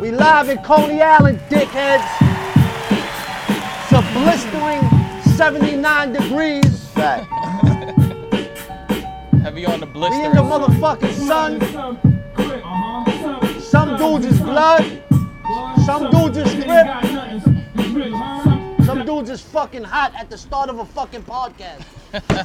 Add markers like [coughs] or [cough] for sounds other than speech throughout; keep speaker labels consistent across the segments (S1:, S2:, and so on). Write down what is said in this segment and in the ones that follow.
S1: We live in Coney Island, dickheads. It's a blistering 79 degrees.
S2: Fact.
S3: Heavy on the
S1: We
S3: blister.
S1: in the motherfucking sun.
S4: Sun.
S1: Some dudes is blood.
S4: Some dudes is grip.
S1: Some dudes is fucking hot at the start of a fucking podcast.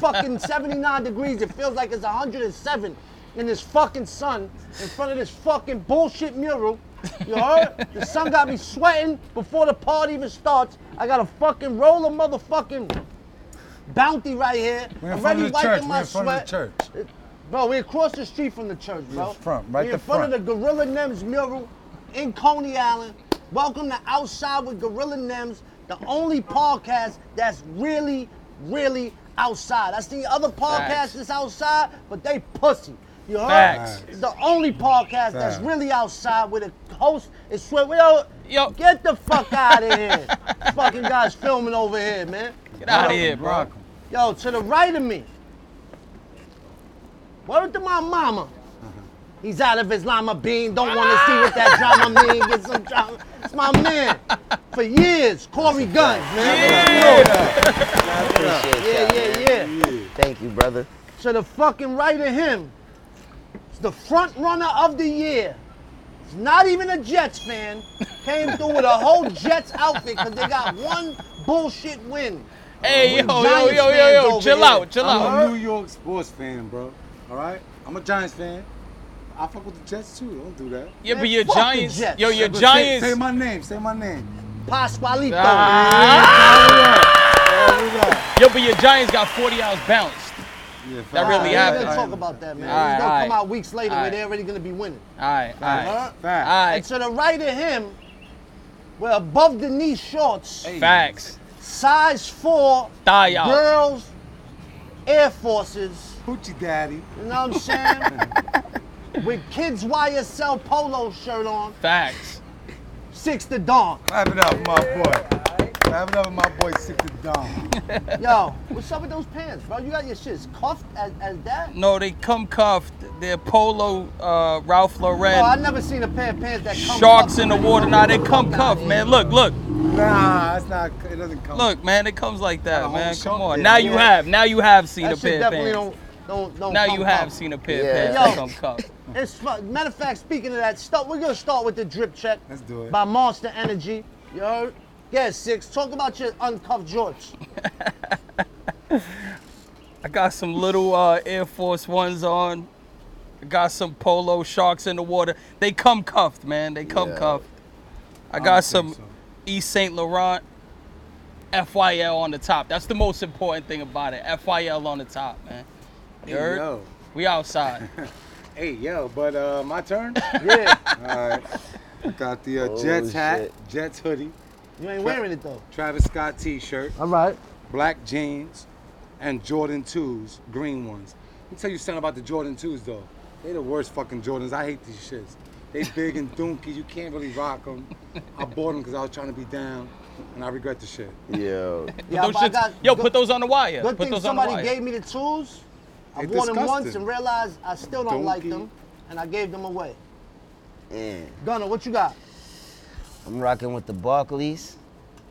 S5: [laughs]
S1: fucking 79 degrees. It feels like it's 107 in this fucking sun in front of this fucking bullshit mural. You heard? the sun got me sweating before the party even starts. I got a fucking roll of motherfucking bounty right here.
S5: We're in front
S1: Already
S5: of the
S1: wiping
S5: church.
S1: my
S5: We're in front
S1: sweat.
S5: of the church.
S1: Bro, we across the street from the church, bro.
S5: in front, right
S1: we in
S5: the
S1: front, of
S5: front.
S1: the Gorilla Nims mural in Coney Island. Welcome to Outside with Gorilla Nims, the only podcast that's really, really outside. I see other podcasts
S3: Facts.
S1: that's outside, but they pussy. You heard?
S3: Facts.
S1: It's the only podcast that's
S5: Facts.
S1: really outside with a host is sweat. Yo,
S3: Yo.
S1: get the fuck out of here.
S3: [laughs]
S1: fucking guys filming over here, man.
S3: Get out of here, bro.
S5: Rock 'em.
S1: Yo, to the right of me. Word to my mama. He's out of his lima bean. Don't want to see what that drama mean. Get some drama. It's my man. For years, Corey Guns, man.
S2: I appreciate
S1: Yeah,
S2: y'all,
S1: yeah,
S2: man.
S1: yeah.
S2: Thank you, brother.
S1: To the fucking right of him. It's the front runner of the year. It's not even a Jets fan. Came through with a whole Jets outfit because they got one bullshit win.
S3: Hey, yo, yo,
S1: Giants
S3: yo, yo,
S1: fans
S3: yo.
S1: over
S3: Chill
S1: here.
S3: out, chill out.
S5: I'm a New York sports fan, bro. All right? I'm a Giants fan. I fuck with the Jets too. Don't do that.
S3: Yeah, but
S1: Man,
S3: your
S1: fuck the
S3: Giants.
S1: Jets.
S3: Yo, your
S5: But say-
S3: Giants.
S5: Say, my name. Say my name.
S1: Pasqualito.
S3: Ah.
S5: There we go.
S3: Yo, but your Giants got 40 hours bounced.
S5: Yeah,
S3: That
S5: fine.
S3: really
S1: We're
S3: happened.
S1: gonna talk about that, man.
S3: All right,
S1: it's gonna
S3: all
S1: come
S3: right.
S1: out weeks later
S3: All
S1: where
S3: right.
S1: they're already gonna be winning.
S3: All right, all right.
S5: Fact.
S3: All
S1: And
S3: right.
S1: to the right of him, we're above the knee shorts,
S5: Hey.
S3: Facts.
S1: size four,
S3: Thigh out.
S1: girls, Air Forces.
S5: Hoochie daddy.
S1: You know what I'm
S3: [laughs]
S1: saying? With kids YSL polo shirt on,
S3: Facts.
S1: six to dawn.
S5: Clap it up, my boy. Clap it up, my boy. Sick to dumb.
S1: Yo, what's up with those pants, bro? You got your shits cuffed as, as that?
S3: No, they come cuffed. They're polo uh, Ralph
S1: Oh, I
S3: Lauren.
S1: never seen a pair of pants that come
S3: Sharks
S1: cuffed.
S3: in the water. Nah, they come cuffed, man. Look, look,
S5: Nah, it's not. It doesn't come.
S3: look, man. It comes like
S5: Got a
S3: that,
S5: whole
S3: man.
S5: shark
S3: Come on.
S5: there.
S3: Now you
S5: Yeah.
S3: have. Now you have seen
S1: That
S3: a
S1: shit
S3: pair of
S1: definitely don't
S3: pants.
S1: don't don't.
S3: Now
S1: come
S3: you have
S1: cuffed.
S3: seen a pair
S2: Yeah.
S3: of pants that
S1: Yo.
S3: come cuffed.
S1: It's fu- matter of fact, speaking of that, start, we're gonna start with the drip check.
S5: Let's do it.
S1: By Monster Energy. You heard? Yeah, six. Talk about your uncuffed jorts.
S3: I got some little uh, Air Force Ones on. I got some Polo Sharks in the water. They come cuffed, man. They come
S2: Yeah.
S3: cuffed. I
S5: don't
S3: got some
S5: think so.
S3: East Saint Laurent FYL on the top. That's the most important thing about it. FYL on the top, man. You
S5: Hey,
S3: heard?
S5: yo.
S1: [laughs]
S3: We outside.
S5: Hey, yo, but uh, my
S3: [laughs]
S5: turn.
S1: [laughs] Yeah.
S5: All right. Got the uh,
S2: Oh,
S5: Jets hat,
S2: shit.
S5: Jets hoodie,
S1: you ain't wearing it though.
S5: Travis Scott T-shirt,
S1: All right.
S5: black jeans, and Jordan twos, green ones. Let me tell you something about the Jordan twos though. They the worst fucking Jordans. I hate these shits. They big and dunky. You can't really rock them. I bought them because I was trying to be down, and I regret the shit.
S2: [laughs] Yo.
S1: Yeah,
S3: Those
S1: but I
S3: shits-
S1: got-
S3: yo,
S1: good-
S3: put those on the wire.
S1: Good
S3: put
S1: thing
S3: those on the
S1: somebody
S3: wire.
S1: gave me the tools. I
S5: They're
S1: wore them once
S5: disgusting.
S1: and realized I still don't like
S5: Donkey.
S1: them, and I gave them away.
S2: Yeah.
S1: Gunner, what you got?
S2: I'm rocking with the Barclays.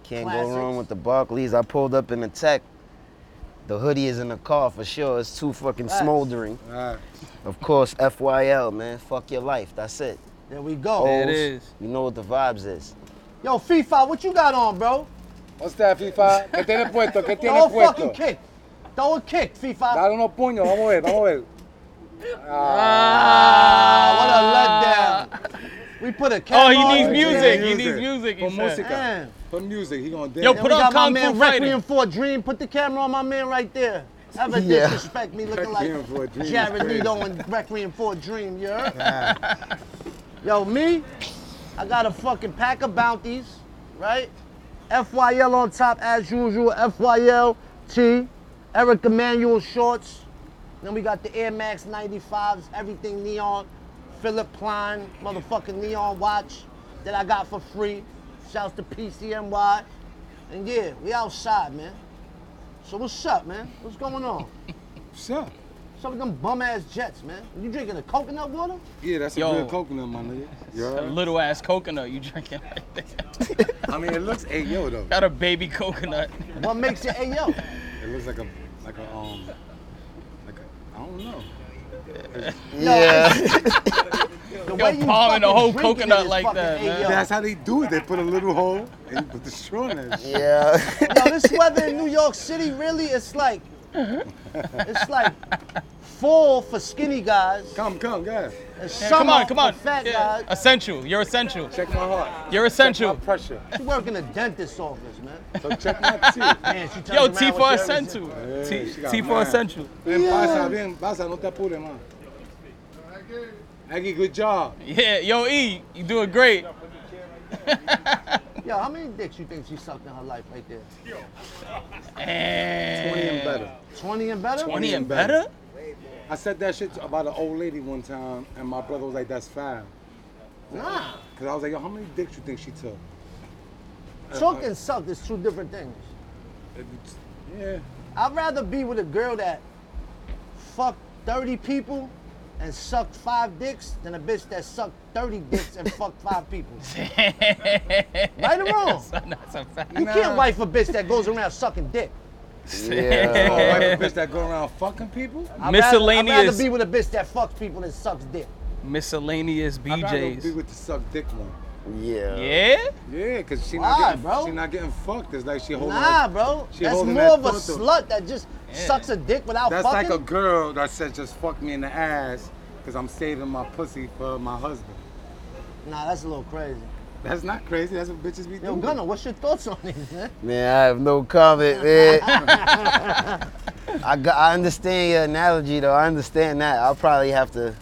S2: Can't go wrong
S1: Classics.
S2: with the Barclays. I pulled up in a tech. The hoodie is in the car for sure. It's too fucking
S1: Facts.
S2: smoldering.
S5: All right.
S2: Of course, FYL, man. Fuck your life. That's it.
S1: There we go.
S3: There it
S5: Oh.
S2: O's,
S3: is.
S2: You know what the vibes is.
S1: Yo, FIFA, what you got on, bro?
S5: What's that, FIFA? ¿Qué tiene puesto? ¿Qué tiene
S1: Throw a fucking
S5: puesto?
S1: kick. Throw a kick, FIFA.
S5: Dar unos puños. Vamos a ver, vamos a ver.
S1: Ah, what a letdown. We put a
S3: Oh,
S1: camera
S3: he
S1: on
S3: needs
S1: you,
S3: music.
S1: man.
S3: He needs music. He
S5: Pon
S3: said.
S5: música.
S1: Damn.
S5: Pon music. He gonna dance.
S3: Yo,
S1: Then
S3: put
S1: we
S3: on
S1: got my
S3: Kung
S1: man
S3: Fu
S1: Requiem
S3: Fighter.
S1: for a Dream. Put the camera on my man right there. Ever
S3: [laughs]
S2: Yeah.
S1: disrespect me looking
S5: Requiem for a
S1: like
S5: Dream is
S1: Jared
S5: crazy.
S1: Leto and Requiem for a Dream, you heard? Yo, me, I got a fucking pack of bounties, right? FYL on top as usual, FYL T, Eric Emanuel shorts. Then we got the Air Max 95s, everything neon, Philip Klein, motherfucking neon watch that I got for free. Shouts to PCNY. And yeah, we outside, man. So what's up, man? What's going on?
S5: What's up?
S1: Some of them bum ass jets, man. You drinking the coconut water?
S5: Yeah, that's
S3: Yo.
S5: a real coconut, my nigga. You
S3: That
S5: heard?
S3: little ass coconut you drinking [laughs] right there.
S5: I mean, it looks hey yo though.
S3: Got a baby coconut.
S1: What makes it Ayo?
S5: It looks like a like a um like a I don't know.
S2: Yeah.
S1: The
S3: Yo, palming the
S1: fucking
S3: whole
S1: drinking it
S3: coconut
S1: is
S3: like
S1: fucking
S3: that, man.
S1: Ayo.
S5: That's how they do it. They put a little hole and you put the straw in that. shit.
S2: yeah. [laughs]
S1: Yo, this weather in New York City really it's like it's like fall for skinny guys.
S5: Come, come, guys.
S1: And
S3: Yeah,
S1: summer
S3: come on, come on.
S1: For fat
S3: Yeah.
S1: guys.
S3: Essential. You're essential.
S5: Check my heart.
S3: You're
S5: Check
S3: essential.
S5: my pressure.
S1: She work in a dentist's office, man.
S5: So check my teeth.
S1: Man, she turns
S3: [laughs] Yo,
S1: around
S3: [laughs] T
S1: with
S3: for
S1: your-
S3: essential.
S5: Yeah,
S3: T,
S5: she got
S3: T for
S5: mine.
S3: essential.
S5: Ven, pasa, ven, pasa, no te apures, man. Aggie, good job.
S3: Yeah, yo, E, you doing great.
S1: Yo, how many dicks you think she sucked in her life right there?
S5: 20 and better.
S1: 20 and better?
S3: 20 and
S5: and better.
S3: better? [laughs]
S5: I said that shit to- about an old lady one time, and my brother was like, that's five.
S1: Nah.
S5: Because I was like, yo, how many dicks you think she took?
S1: Choke and suck is two different things.
S5: And it's- Yeah.
S1: I'd rather be with a girl that fucked 30 people and sucked five dicks than a bitch that sucked 30 dicks
S5: [laughs]
S1: and fucked five people. right or wrong?
S3: That's a fact.
S1: You can't wife a bitch that goes around sucking dick.
S5: Oh,
S2: Yeah.
S3: [laughs]
S5: wife a bitch that go around fucking people?
S1: I'd rather- I'd
S3: Miscellaneous.
S1: rather be with a bitch that fucks people than sucks dick.
S3: Miscellaneous
S5: I'd rather be
S3: BJs.
S5: with the suck dick one.
S2: Yeah.
S3: Yeah?
S5: Yeah, because she,
S1: Why,
S5: not
S1: bro?
S5: getting- she not getting fucked. It's like she holding
S1: Nah,
S5: her-
S1: bro.
S5: she
S1: That's
S5: holding
S1: more
S5: that
S1: of a
S5: torso.
S1: slut that just sucks a dick without
S5: That's
S1: fucking.
S5: like a girl that said, just fuck me in the ass because I'm saving my pussy for my husband.
S1: Nah, that's a little crazy.
S5: That's not crazy. That's what bitches be
S1: Yo,
S5: doing.
S1: Gunner, what's your thoughts on these, man?
S2: Man, I have no comment, man. I, got, I understand your analogy, though. I understand that. I'll probably have to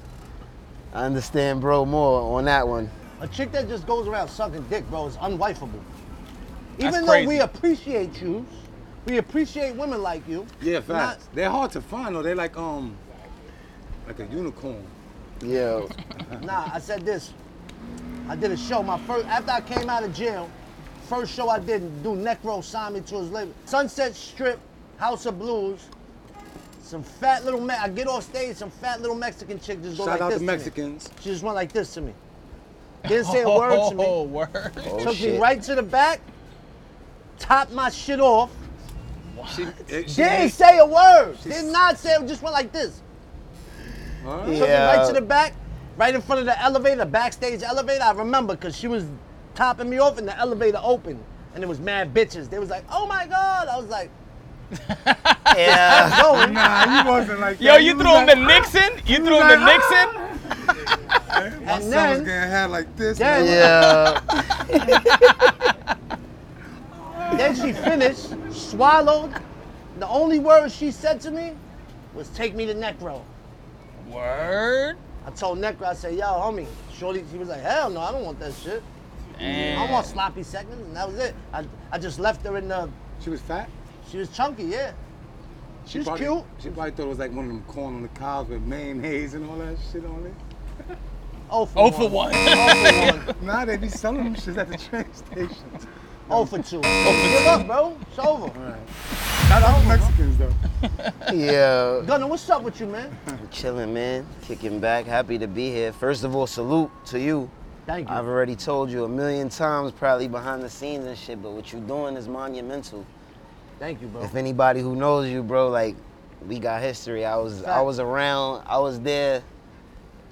S2: I understand, bro, more on that one.
S1: A chick that just goes around sucking dick, bro, is unwifeable.
S3: That's
S1: Even
S3: crazy.
S1: though we appreciate you, we appreciate women like you.
S5: Yeah,
S1: we're not-
S5: facts. They're hard to find though. They're like um, like a unicorn.
S1: [laughs]
S2: Yo.
S1: Nah, I said this. I did a show. My first after I came out of jail, first show I did do Necro signed me to his label. Sunset Strip, House of Blues. Some fat little me- I get off stage, some fat little Mexican chick just go
S5: Shout
S1: like
S5: out
S1: this
S5: to
S1: me.
S5: Mexicans.
S1: She just went like this to me. Didn't say a
S5: [laughs]
S1: word to me.
S3: Oh, word.
S2: Oh,
S1: Took me
S2: shit.
S1: right to the back, topped my shit off.
S5: She, it- she
S1: Didn't
S5: ain't-
S1: say a word. Did not say. it, Just went like this.
S5: Huh?
S1: Took me
S2: Yeah.
S1: right to the back, right in front of the elevator, backstage elevator. I remember because she was topping me off, and the elevator opened, and it was mad bitches. They was like, "Oh my god!" I was like, [laughs]
S2: Yeah.
S1: "Going."
S5: Nah, you wasn't like
S3: Yo,
S5: that.
S3: you
S5: was
S3: threw him
S5: like,
S3: the Nixon? You threw him the Nixon?
S5: My son
S1: and
S5: was
S1: then,
S5: getting had like this.
S1: then, [laughs]
S2: Yeah.
S1: then she finished, swallowed. The only word she said to me was, "Take me to Necro."
S3: Word.
S1: I told Necro, I said, "Yo, homie, shorty." He was like, "Hell no, I don't want that shit. I want sloppy seconds," and that was it. I, I just left her in the.
S5: She was fat.
S1: She was chunky, yeah. She was
S5: probably,
S1: cute.
S5: She probably thought it was like one of them corn on the cobs with mayonnaise and all that shit on it.
S1: Oh for
S3: Oh,
S1: one.
S3: for one.
S1: Oh for one.
S5: Nah, they be selling them shits at the [laughs] train station.
S1: Oh for
S3: [laughs]
S1: two. Give up, bro. It's over.
S5: Shout out to Mexicans though.
S2: Yeah.
S1: Gunner, what's up with you, man?
S2: I'm chilling, man. Kicking back. Happy to be here. First of all, salute to you.
S1: Thank you.
S2: I've already told you a million times, probably behind the scenes and shit, but what you doing is monumental.
S1: Thank you, bro.
S2: If anybody who knows you, bro, like we got history. I was I
S1: Fact.
S2: was around. I was there,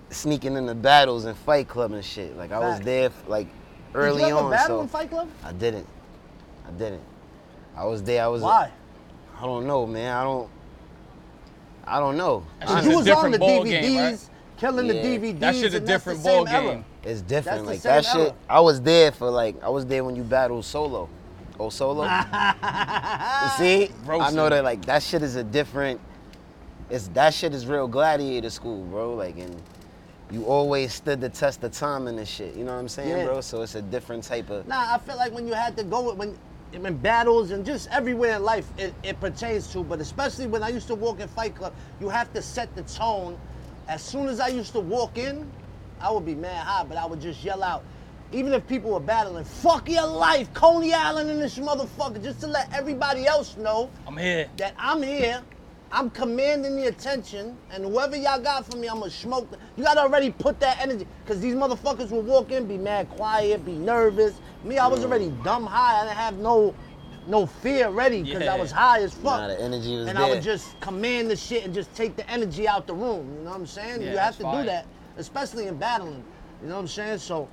S2: sneaking in the battles and Fight Club and shit. Like I was
S1: Fact.
S2: there like early
S1: Did you ever
S2: on.
S1: battle
S2: so
S1: in Fight Club?
S2: I didn't. I didn't. I was there. I was.
S1: Why?
S2: I don't know, man. I don't. I don't know.
S3: That's
S1: Because
S3: just
S1: you
S3: a
S1: was on
S3: different
S1: the
S3: ball
S1: DVDs,
S3: game, right?
S1: killing
S2: Yeah.
S1: the DVDs.
S3: [laughs] That shit a
S1: and that's the
S3: different
S1: same
S3: ball
S1: era.
S3: game.
S2: It's different.
S1: That's
S2: Like
S1: the
S2: that
S1: same era.
S2: shit. I was there for like I was there when you battled solo. Oh solo.
S1: [laughs]
S2: You see? I know
S3: Roasted.
S2: that like that shit is a different it's that shit is real gladiator school, bro. Like and you always stood the test of time and this shit. You know what I'm saying,
S1: Yeah.
S2: bro? So it's a different type of
S1: Nah, I feel like when you had to go with- when in battles and just everywhere in life it, it pertains to, but especially when I used to walk in Fight Club, you have to set the tone. As soon as I used to walk in, I would be mad high, but I would just yell out, even if people were battling, fuck your life, Coney Island and this motherfucker, just to let everybody else know
S3: I'm here.
S1: that I'm here I'm commanding the attention, and whoever y'all got for me, I'ma smoke. th- You gotta already put that energy, cause these motherfuckers will walk in, be mad, quiet, be nervous. Me, I was already
S2: Mm.
S1: dumb high. I didn't have no, no fear ready, cause I
S3: Yeah.
S1: was high as fuck.
S2: Nah, the energy was
S1: and I
S2: there.
S1: would just command the shit and just take the energy out the room. You know what I'm saying?
S3: Yeah,
S1: you have
S3: that's
S1: to
S3: fire.
S1: do that, especially in battling. You know what I'm saying? So,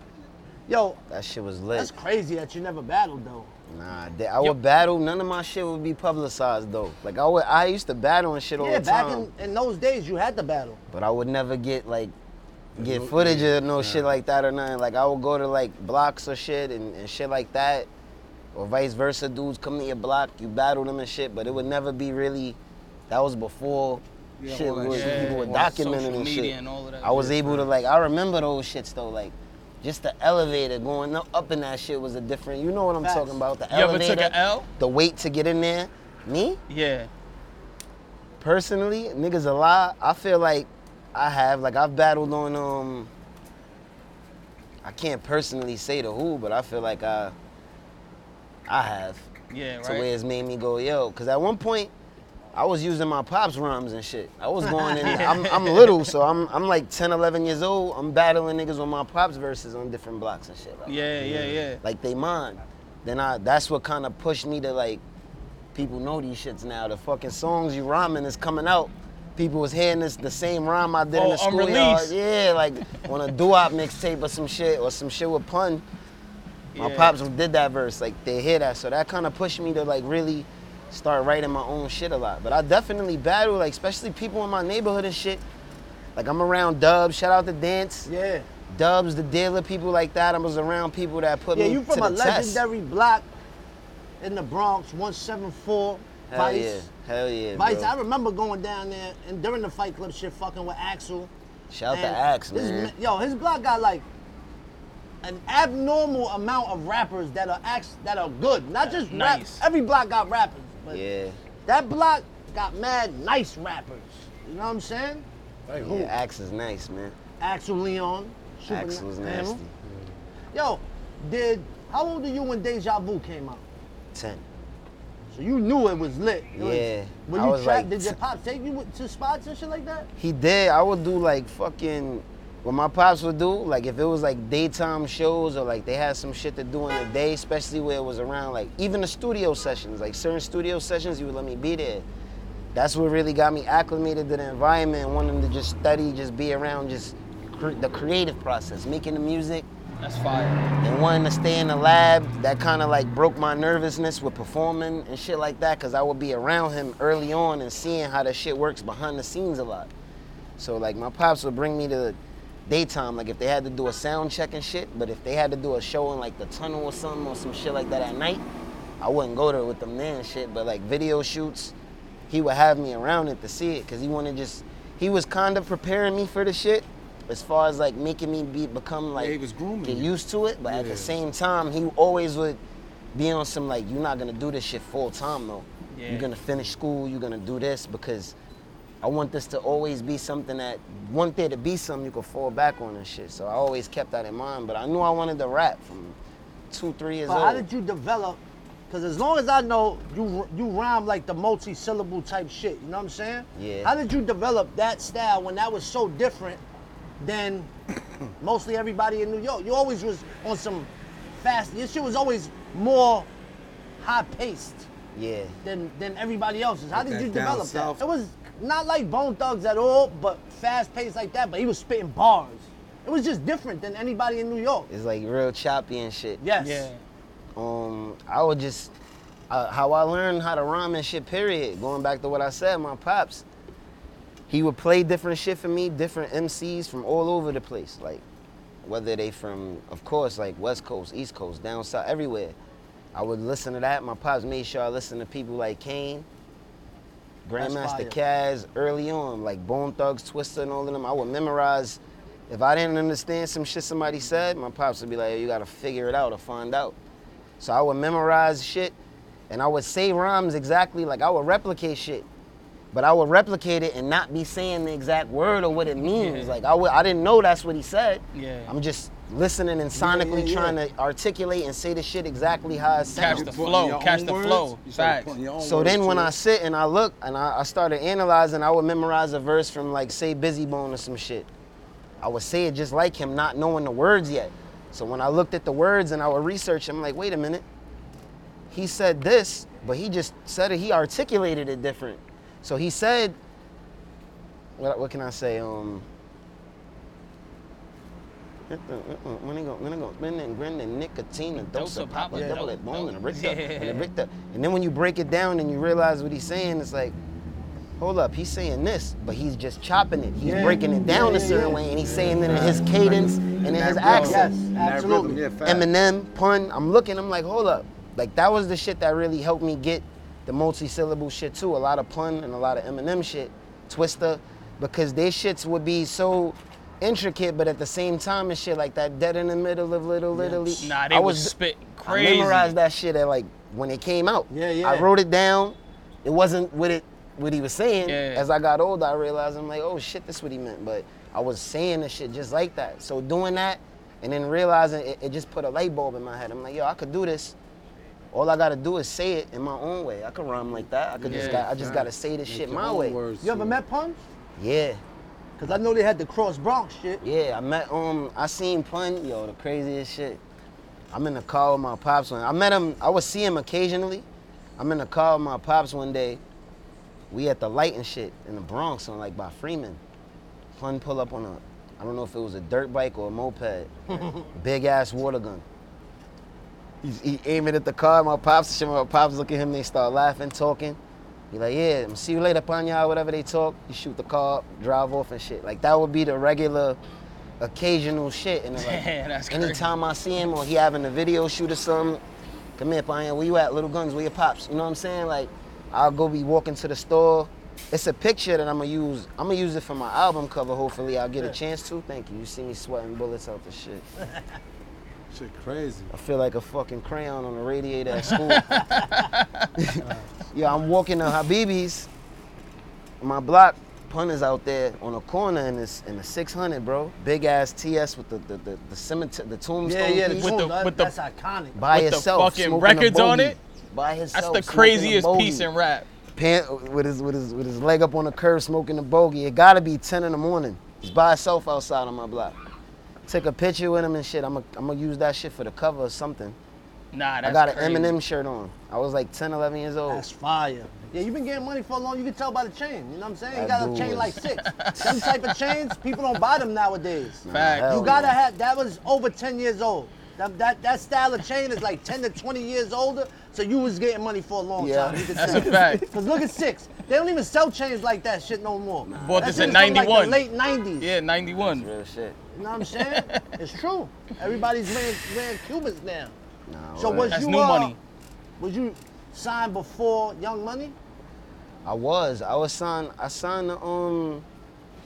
S1: yo,
S2: That shit was lit.
S1: that's crazy that you never battled though.
S2: Nah, they- I would battle. None of my shit would be publicized though. Like I would, I used to battle and shit all
S1: yeah,
S2: the
S1: back
S2: time,
S1: in, in those days, you had to battle.
S2: but I would never get like get footage or no shit like that or nothing. Like I would go to like blocks or shit and, and shit like that, or vice versa. Dudes come to your block, you battle them and shit, but it would never be really. That was before
S5: Yeah,
S2: shit
S5: all that
S2: was
S5: shit.
S2: people were
S3: All that
S2: documenting
S3: social
S2: and
S3: media
S2: shit.
S3: and all of that
S2: I was
S3: shit,
S2: able to like I remember those shits though like. Just the elevator going up, up in that shit was a different. You know what I'm
S1: Facts.
S2: talking about? The
S3: You ever took
S2: elevator,
S3: a L?
S2: the wait to get in there. Me
S3: Yeah.
S2: personally, niggas a lie. I feel like I have like I've battled on um. I can't personally say to who, but I feel like I. I have
S3: Yeah, right.
S2: to where it's made me go yo, because at one point. I was using my pops rhymes and shit. I was going in. I'm, I'm little, so I'm, I'm like 10, 11 years old. I'm battling niggas with my pops verses on different blocks and shit. Like,
S3: yeah, yeah, yeah.
S2: like they mine. Then I that's what kind of pushed me to like people know these shits now. The fucking songs you rhyming is coming out. People was hearing this the same rhyme I did in
S3: Oh,
S2: the
S3: on
S2: schoolyard.
S3: release.
S2: Yeah, like on a doo-wop mixtape or some shit or some shit with pun. My
S3: Yeah.
S2: pops did that verse. Like they hear that. So that kind of pushed me to like really start writing my own shit a lot. But I definitely battle, like especially people in my neighborhood and shit. Like I'm around Dub, shout out to Dance.
S1: Yeah.
S2: Dubs, the dealer, people like that. I was around people that put
S1: Yeah,
S2: me
S1: you from
S2: to
S1: a
S2: the test.
S1: legendary block in the Bronx, 174
S2: Hell
S1: Vice.
S2: yeah, hell yeah,
S1: Vice,
S2: bro.
S1: I remember going down there and during the Fight Club shit, fucking with Axel.
S2: Shout out to
S1: And
S2: Axe,
S1: this
S2: man.
S1: ma- Yo, his block got like an abnormal amount of rappers that are acts that are good. Not just rap.
S3: Nice.
S1: Every block got rappers, but
S2: yeah,
S1: that block got mad nice rappers. You know what I'm saying?
S2: yeah, Axe is nice, man.
S1: Axel Leon. super
S2: Axe
S1: ni-
S2: was
S1: him.
S2: nasty.
S1: Yo, did how old were you when Deja Vu came out?
S2: Ten.
S1: So you knew it was lit. It was-
S2: Yeah,
S1: When
S2: I
S1: you
S2: was
S1: trapped,
S2: like
S1: did your
S2: t-
S1: pops take you with- to spots and shit like that?
S2: He did. I would do like fucking what my pops would do. Like if it was like daytime shows or like they had some shit to do in the day, especially where it was around like even the studio sessions, like certain studio sessions, you would let me be there. That's what really got me acclimated to the environment, wanting to just study, just be around, just cre- the creative process, making the music,
S3: That's fire.
S2: and wanting to stay in the lab that kind of like broke my nervousness with performing and shit like that because i would be around him early on and seeing how that shit works behind the scenes a lot so like my pops would bring me to daytime like if they had to do a sound check and shit but if they had to do a show in like the tunnel or something or some shit like that at night i wouldn't go there with them then and shit but like video shoots he would have me around it to see it because he wanted just he was kind of preparing me for the shit as far as like making me be become like
S5: Yeah, he was grooming
S2: get
S5: you.
S2: used to it but at the
S5: Yeah.
S2: same time he always would be on some like you're not gonna do this shit full time though
S3: Yeah.
S2: you're gonna finish school you're gonna do this because i want this to always be something that want there to be something you can fall back on and shit so i always kept that in mind but i knew i wanted to rap from two three years
S1: But
S2: old
S1: how did you develop? Because as long as I know, you you rhyme like the multi-syllable type shit. You know what I'm saying?
S2: Yeah.
S1: How did you develop that style when that was so different
S2: [coughs]
S1: than mostly everybody in New York? You always was on some fast. Your shit was always more high-paced
S2: yeah
S1: than than everybody else's. How
S5: Like
S1: did
S5: that
S1: you
S5: down
S1: develop that?
S5: south.
S1: It was not like Bone Thugs at all, but fast-paced like that. But he was spitting bars. It was just different than anybody in New York.
S2: it's like real choppy and shit
S1: Yes.
S3: Yeah.
S2: um, I would just uh, how I learned how to rhyme and shit. Period. Going back to what I said, my pops, he would play different shit for me, different MCs from all over the place. Like whether they from, of course, like West Coast, East Coast, down south, everywhere. I would listen to that. My pops made sure I listened to people like Kane, Grandmaster Caz early on, like Bone Thugs, Twister, and all of them. I would memorize. If I didn't understand some shit somebody said, my pops would be like, "Yo, you gotta figure it out or find out. So I would memorize shit and I would say rhymes exactly like I would replicate shit. But I would replicate it and not be saying the exact word or what it means.
S3: Yeah.
S2: Like I, would, I didn't know that's what he said.
S3: Yeah.
S2: I'm just listening and sonically
S5: yeah, yeah.
S2: trying to articulate and say the shit exactly how it sounds.
S3: Catch the flow. Catch the flow. Facts.
S2: So then when I sit and I look and I, I started analyzing, I would memorize a verse from like say Busy Bone or some shit. I would say it just like him, not knowing the words yet. So when I looked at the words and I would research, I'm like, wait a minute. He said this, but he just said it. He articulated it different. So he said, what, what can I say? Um, uh, when it go, when it go, when it grin and nicotine and dose of pop,
S3: Yeah.
S2: double it, bone and a richter, and
S3: Yeah.
S2: a richter. And then when you break it down and you realize what he's saying, it's like, hold up, he's saying this, but he's just chopping it. He's breaking it down a certain way, and he's saying it in his cadence and in his
S1: Yes,
S2: accent.
S5: that rhythm,
S1: absolutely.
S5: yeah, facts.
S2: Eminem, pun. I'm looking, I'm like, hold up. Like, that was the shit that really helped me get the multi syllable shit too. A lot of pun and a lot of Eminem shit, Twister, because their shits would be so intricate, but at the same time, and shit like that, dead in the middle of Little Italy.
S3: Nah, they
S2: I
S3: was spitting crazy.
S2: I memorized that shit at like when it came out.
S1: Yeah, yeah.
S2: I wrote it down. It wasn't what it what he was saying.
S3: Yeah.
S2: As I got older, I realized I'm like, oh shit, that's what he meant. But I was saying the shit just like that. So doing that and then realizing it, it just put a light bulb in my head. I'm like, yo, I could do this. All I gotta do is say it in my own way. I could rhyme like that. I could just
S3: Yeah,
S2: got, I just gotta say this shit my way.
S1: You ever met Punch?
S2: Yeah.
S1: Cause I know they had the Cross Bronx shit.
S2: Yeah, I met um I seen Pun, yo, the craziest shit. I'm in the car with my pops one. I met him, I would see him occasionally. I'm in the car with my pops one day. We at the light and shit in the Bronx on like by Freeman. Pun pull up on a I don't know if it was a dirt bike or a moped. Big ass water gun. He's, he aiming at the car, my pops and shit, my pops look at him, they start laughing, talking. He like, yeah, I'ma see you later, Panya, whatever they talk. You shoot the car, up, drive off and shit. Like that would be the regular occasional
S3: [laughs]
S2: shit. And then, like,
S3: Yeah, that's crazy.
S2: anytime I see him or he having a video shoot or something, come here, Panya, where you at? Little guns, where your pops? You know what I'm saying? Like, I'll go be walking to the store. It's a picture that I'ma use. I'ma use it for my album cover, hopefully. I'll get a chance to. Thank you. You see me sweating bullets out the shit.
S5: Shit crazy.
S2: I feel like a fucking crayon on a radiator at school. [laughs] yeah, I'm walking to Habibi's. My block punters out there on a corner in this in the 600, bro. Big ass TS with the the the, the cemetery, the tombstone.
S1: Yeah, yeah, the
S2: piece.
S3: With the-
S1: tunes, uh,
S3: with the-
S1: that's iconic.
S2: by
S3: with the
S2: itself,
S3: fucking
S2: smoking a
S3: records on
S2: bogey.
S3: it?
S2: By himself.
S3: That's the
S2: smoking a
S3: craziest piece
S2: bogey.
S3: in rap.
S2: Pant with his with his with his leg up on the curb, smoking a bogey. It gotta be 10 in the morning. He's by himself outside on my block. Took a picture with him and shit. I'm gonna I'm gonna use that shit for the cover or something.
S3: Nah, that's
S2: I got an
S3: crazy.
S2: Eminem shirt on. I was like 10, 11 years old.
S1: That's fire. Yeah, you've been getting money for long. You can tell by the chain. You know what I'm saying? You
S2: That
S1: got a
S2: dude
S1: chain
S2: was-
S1: like six. Them type of chains, people don't buy them nowadays.
S3: Facts.
S2: hell
S1: You gotta
S2: no.
S1: have. That was over 10 years old. That, that that style of chain is like 10 to 20 years older. So you was getting money for a long
S2: Yeah.
S1: time. You could
S3: That's
S1: tell.
S3: a fact.
S1: Cause look at six. They don't even sell chains like that shit no more.
S3: Bought
S1: That
S3: this
S1: shit
S3: in
S1: is from, Like the
S3: 91.
S1: late 90s.
S3: Yeah, 91.
S2: Real shit.
S1: You know what I'm saying? it's true. Everybody's wearing, wearing Cubans now.
S2: Nah,
S1: So
S2: word.
S1: was
S3: That's
S1: you
S3: new
S1: uh,
S3: money.
S1: Was you signed before Young Money?
S2: I was. I was signed. I signed the um.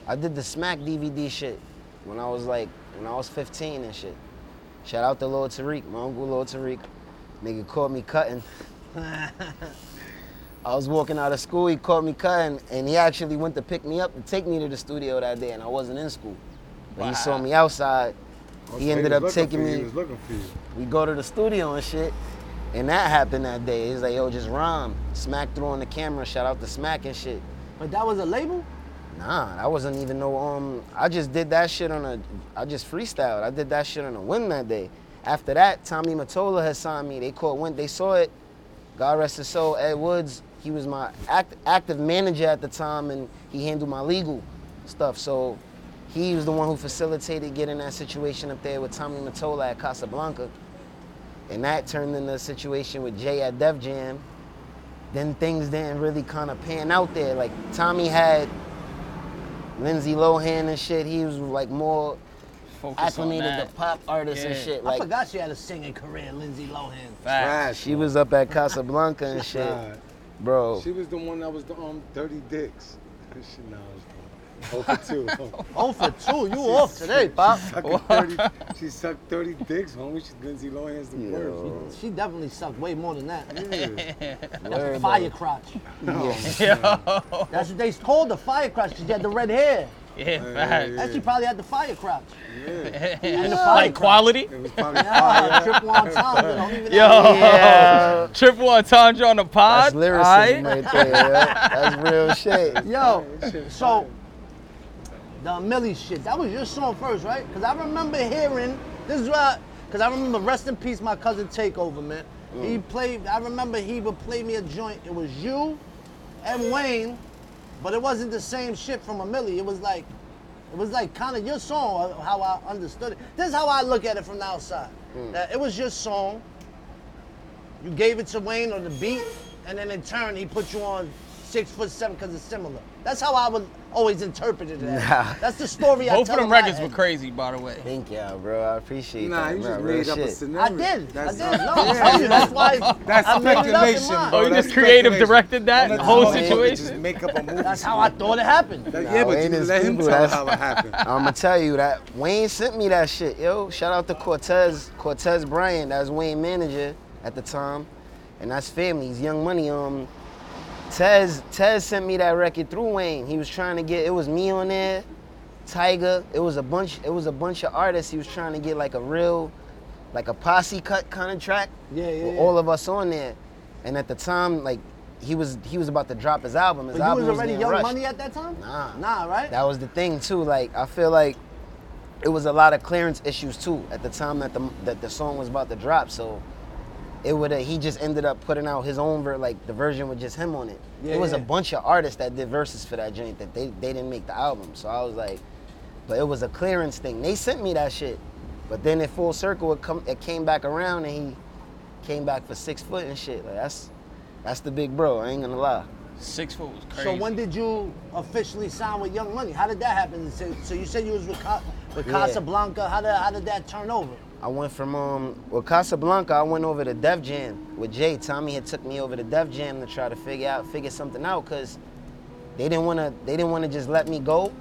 S2: I did the Smack DVD shit when I was like when I was 15 and shit. Shout out to Lord Tariq, my uncle Lord Tariq. Nigga caught me cutting. I was walking out of school. He caught me cutting, and he actually went to pick me up to take me to the studio that day, and I wasn't in school. But he saw
S3: Wow.
S2: me outside. He ended up taking me.
S5: He was looking for you.
S2: We go to the studio and shit, and that happened that day. He's like, yo, just rhyme. Smack threw on the camera, shout out to Smack and shit.
S1: But that was a label?
S2: Nah, I wasn't even no um. I just did that shit on a. I just freestyled. I did that shit on a whim that day. After that, Tommy Matola had signed me. They caught wind. They saw it. God rest his soul. Ed Woods. He was my act, active manager at the time, and he handled my legal stuff. So he was the one who facilitated getting that situation up there with Tommy Matola at Casablanca, and that turned into a situation with Jay at Def Jam. Then things didn't really kind of pan out there. Like Tommy had Lindsay Lohan and shit. He was like more
S3: Focus on
S2: acclimated
S3: that.
S2: to pop artists and
S3: Yeah.
S2: shit.
S1: I
S2: Like
S1: forgot she had a singing career, Lindsay Lohan.
S3: Facts. [laughs]
S5: Trash,
S2: she
S5: bro.
S2: was up at Casablanca and shit,
S5: Trash.
S2: bro.
S5: She was the one that was the um dirty dicks. she nah, I was wrong. Over
S3: [laughs]
S5: two.
S1: Oh for two, you
S2: [laughs]
S1: off today, Pop.
S5: Sucking 30, she sucked 30 dicks, homie. She's Lindsay Lohan's the
S2: Yo.
S5: worst.
S1: She definitely sucked way more than that.
S5: Yeah.
S2: Word,
S1: That's
S2: bro.
S1: fire crotch.
S2: Yeah.
S1: That's what they called the fire crotch. 'cause She had the red hair.
S3: [laughs] Yeah,
S5: yeah,
S3: facts.
S5: yeah.
S1: That shit probably had the fire crouch.
S3: And [laughs]
S1: the fire
S3: like quality.
S5: It was probably
S1: Ah, [laughs]
S5: fire.
S1: trip one time. you know, even
S3: Yo,
S2: Yeah.
S3: triple entendre on the pod. [laughs]
S2: That's lyricism
S3: aight?
S2: right, there. Yo. That's real shit.
S1: Yo, so the Millie shit. That was your song first, right? Because I remember hearing this is why. Because I remember rest in peace, my cousin Takeover, man. He played. I remember he would play me a joint. It was you and Wayne, but it wasn't the same shit from a Millie. It was like, it was like kind of your song. uh, How I understood it. This is how I look at it from the outside.
S5: Hmm.
S1: That it was your song. You gave it to Wayne on the beat, and then in turn he put you on six foot seven because it's similar. That's how I would always interpret it. as.
S2: Nah.
S1: That's the story I
S3: Both of
S1: tell in
S3: them
S1: my
S3: records were
S1: head.
S3: crazy, by the way.
S2: Thank y'all, bro. I appreciate
S5: Nah,
S2: that.
S5: you
S2: bro.
S5: just
S2: Real
S5: made up a
S2: shit.
S5: scenario.
S1: I did.
S5: That's
S1: I did. No,
S5: not-
S1: I'm telling you, that's why.
S5: That's
S1: I made it up in
S5: speculation,
S1: mine.
S5: bro.
S3: Oh, you
S5: that's
S3: just creative
S5: speculation.
S3: directed that
S5: Don't let
S3: whole
S5: this motherfucker Just
S3: situation.
S5: make up a movie.
S1: That's how I thought it happened.
S5: That-
S2: Nah,
S5: yeah, but
S2: Wayne
S5: you
S2: is
S5: let him
S2: people,
S5: tell
S2: that's-
S5: how it
S2: [laughs]
S5: happened.
S2: I'ma tell you that Wayne sent me that shit, yo. Shout out to Cortez, Cortez Bryant. That was Wayne manager at the time, and that's family. He's Young Money. Um, Tez Tez sent me that record through Wayne. He was trying to get it was me on there, Tiger. It was a bunch. It was a bunch of artists. He was trying to get like a real, like a posse cut kind of track.
S1: Yeah, yeah,
S2: With
S1: yeah.
S2: all of us on there, and at the time, like he was he was about to drop his album. His
S1: But you
S2: album
S1: was already
S2: getting
S1: young
S2: rushed.
S1: money at that time.
S2: Nah.
S1: Nah, right?
S2: That was the thing too. Like I feel like it was a lot of clearance issues too at the time that the that the song was about to drop. So it would he just ended up putting out his own ver- like the version with just him on it.
S1: Yeah,
S2: it was a
S1: yeah.
S2: bunch of artists that did verses for that joint that they they didn't make the album. So I was like, but it was a clearance thing. They sent me that shit, but then it full circle it come it came back around and he came back for six foot and shit. Like that's that's the big bro. I ain't gonna lie.
S3: Six foot was crazy.
S1: So when did you officially sign with Young Money? How did that happen? So, so you said you was with, Ca- with
S2: Yeah.
S1: Casablanca. How did how did that turn over?
S2: I went from um well Casablanca. I went over to Def Jam with Jay. Tommy had took me over to Def Jam to try to figure out figure something out because they didn't wanna they didn't wanna just let me go.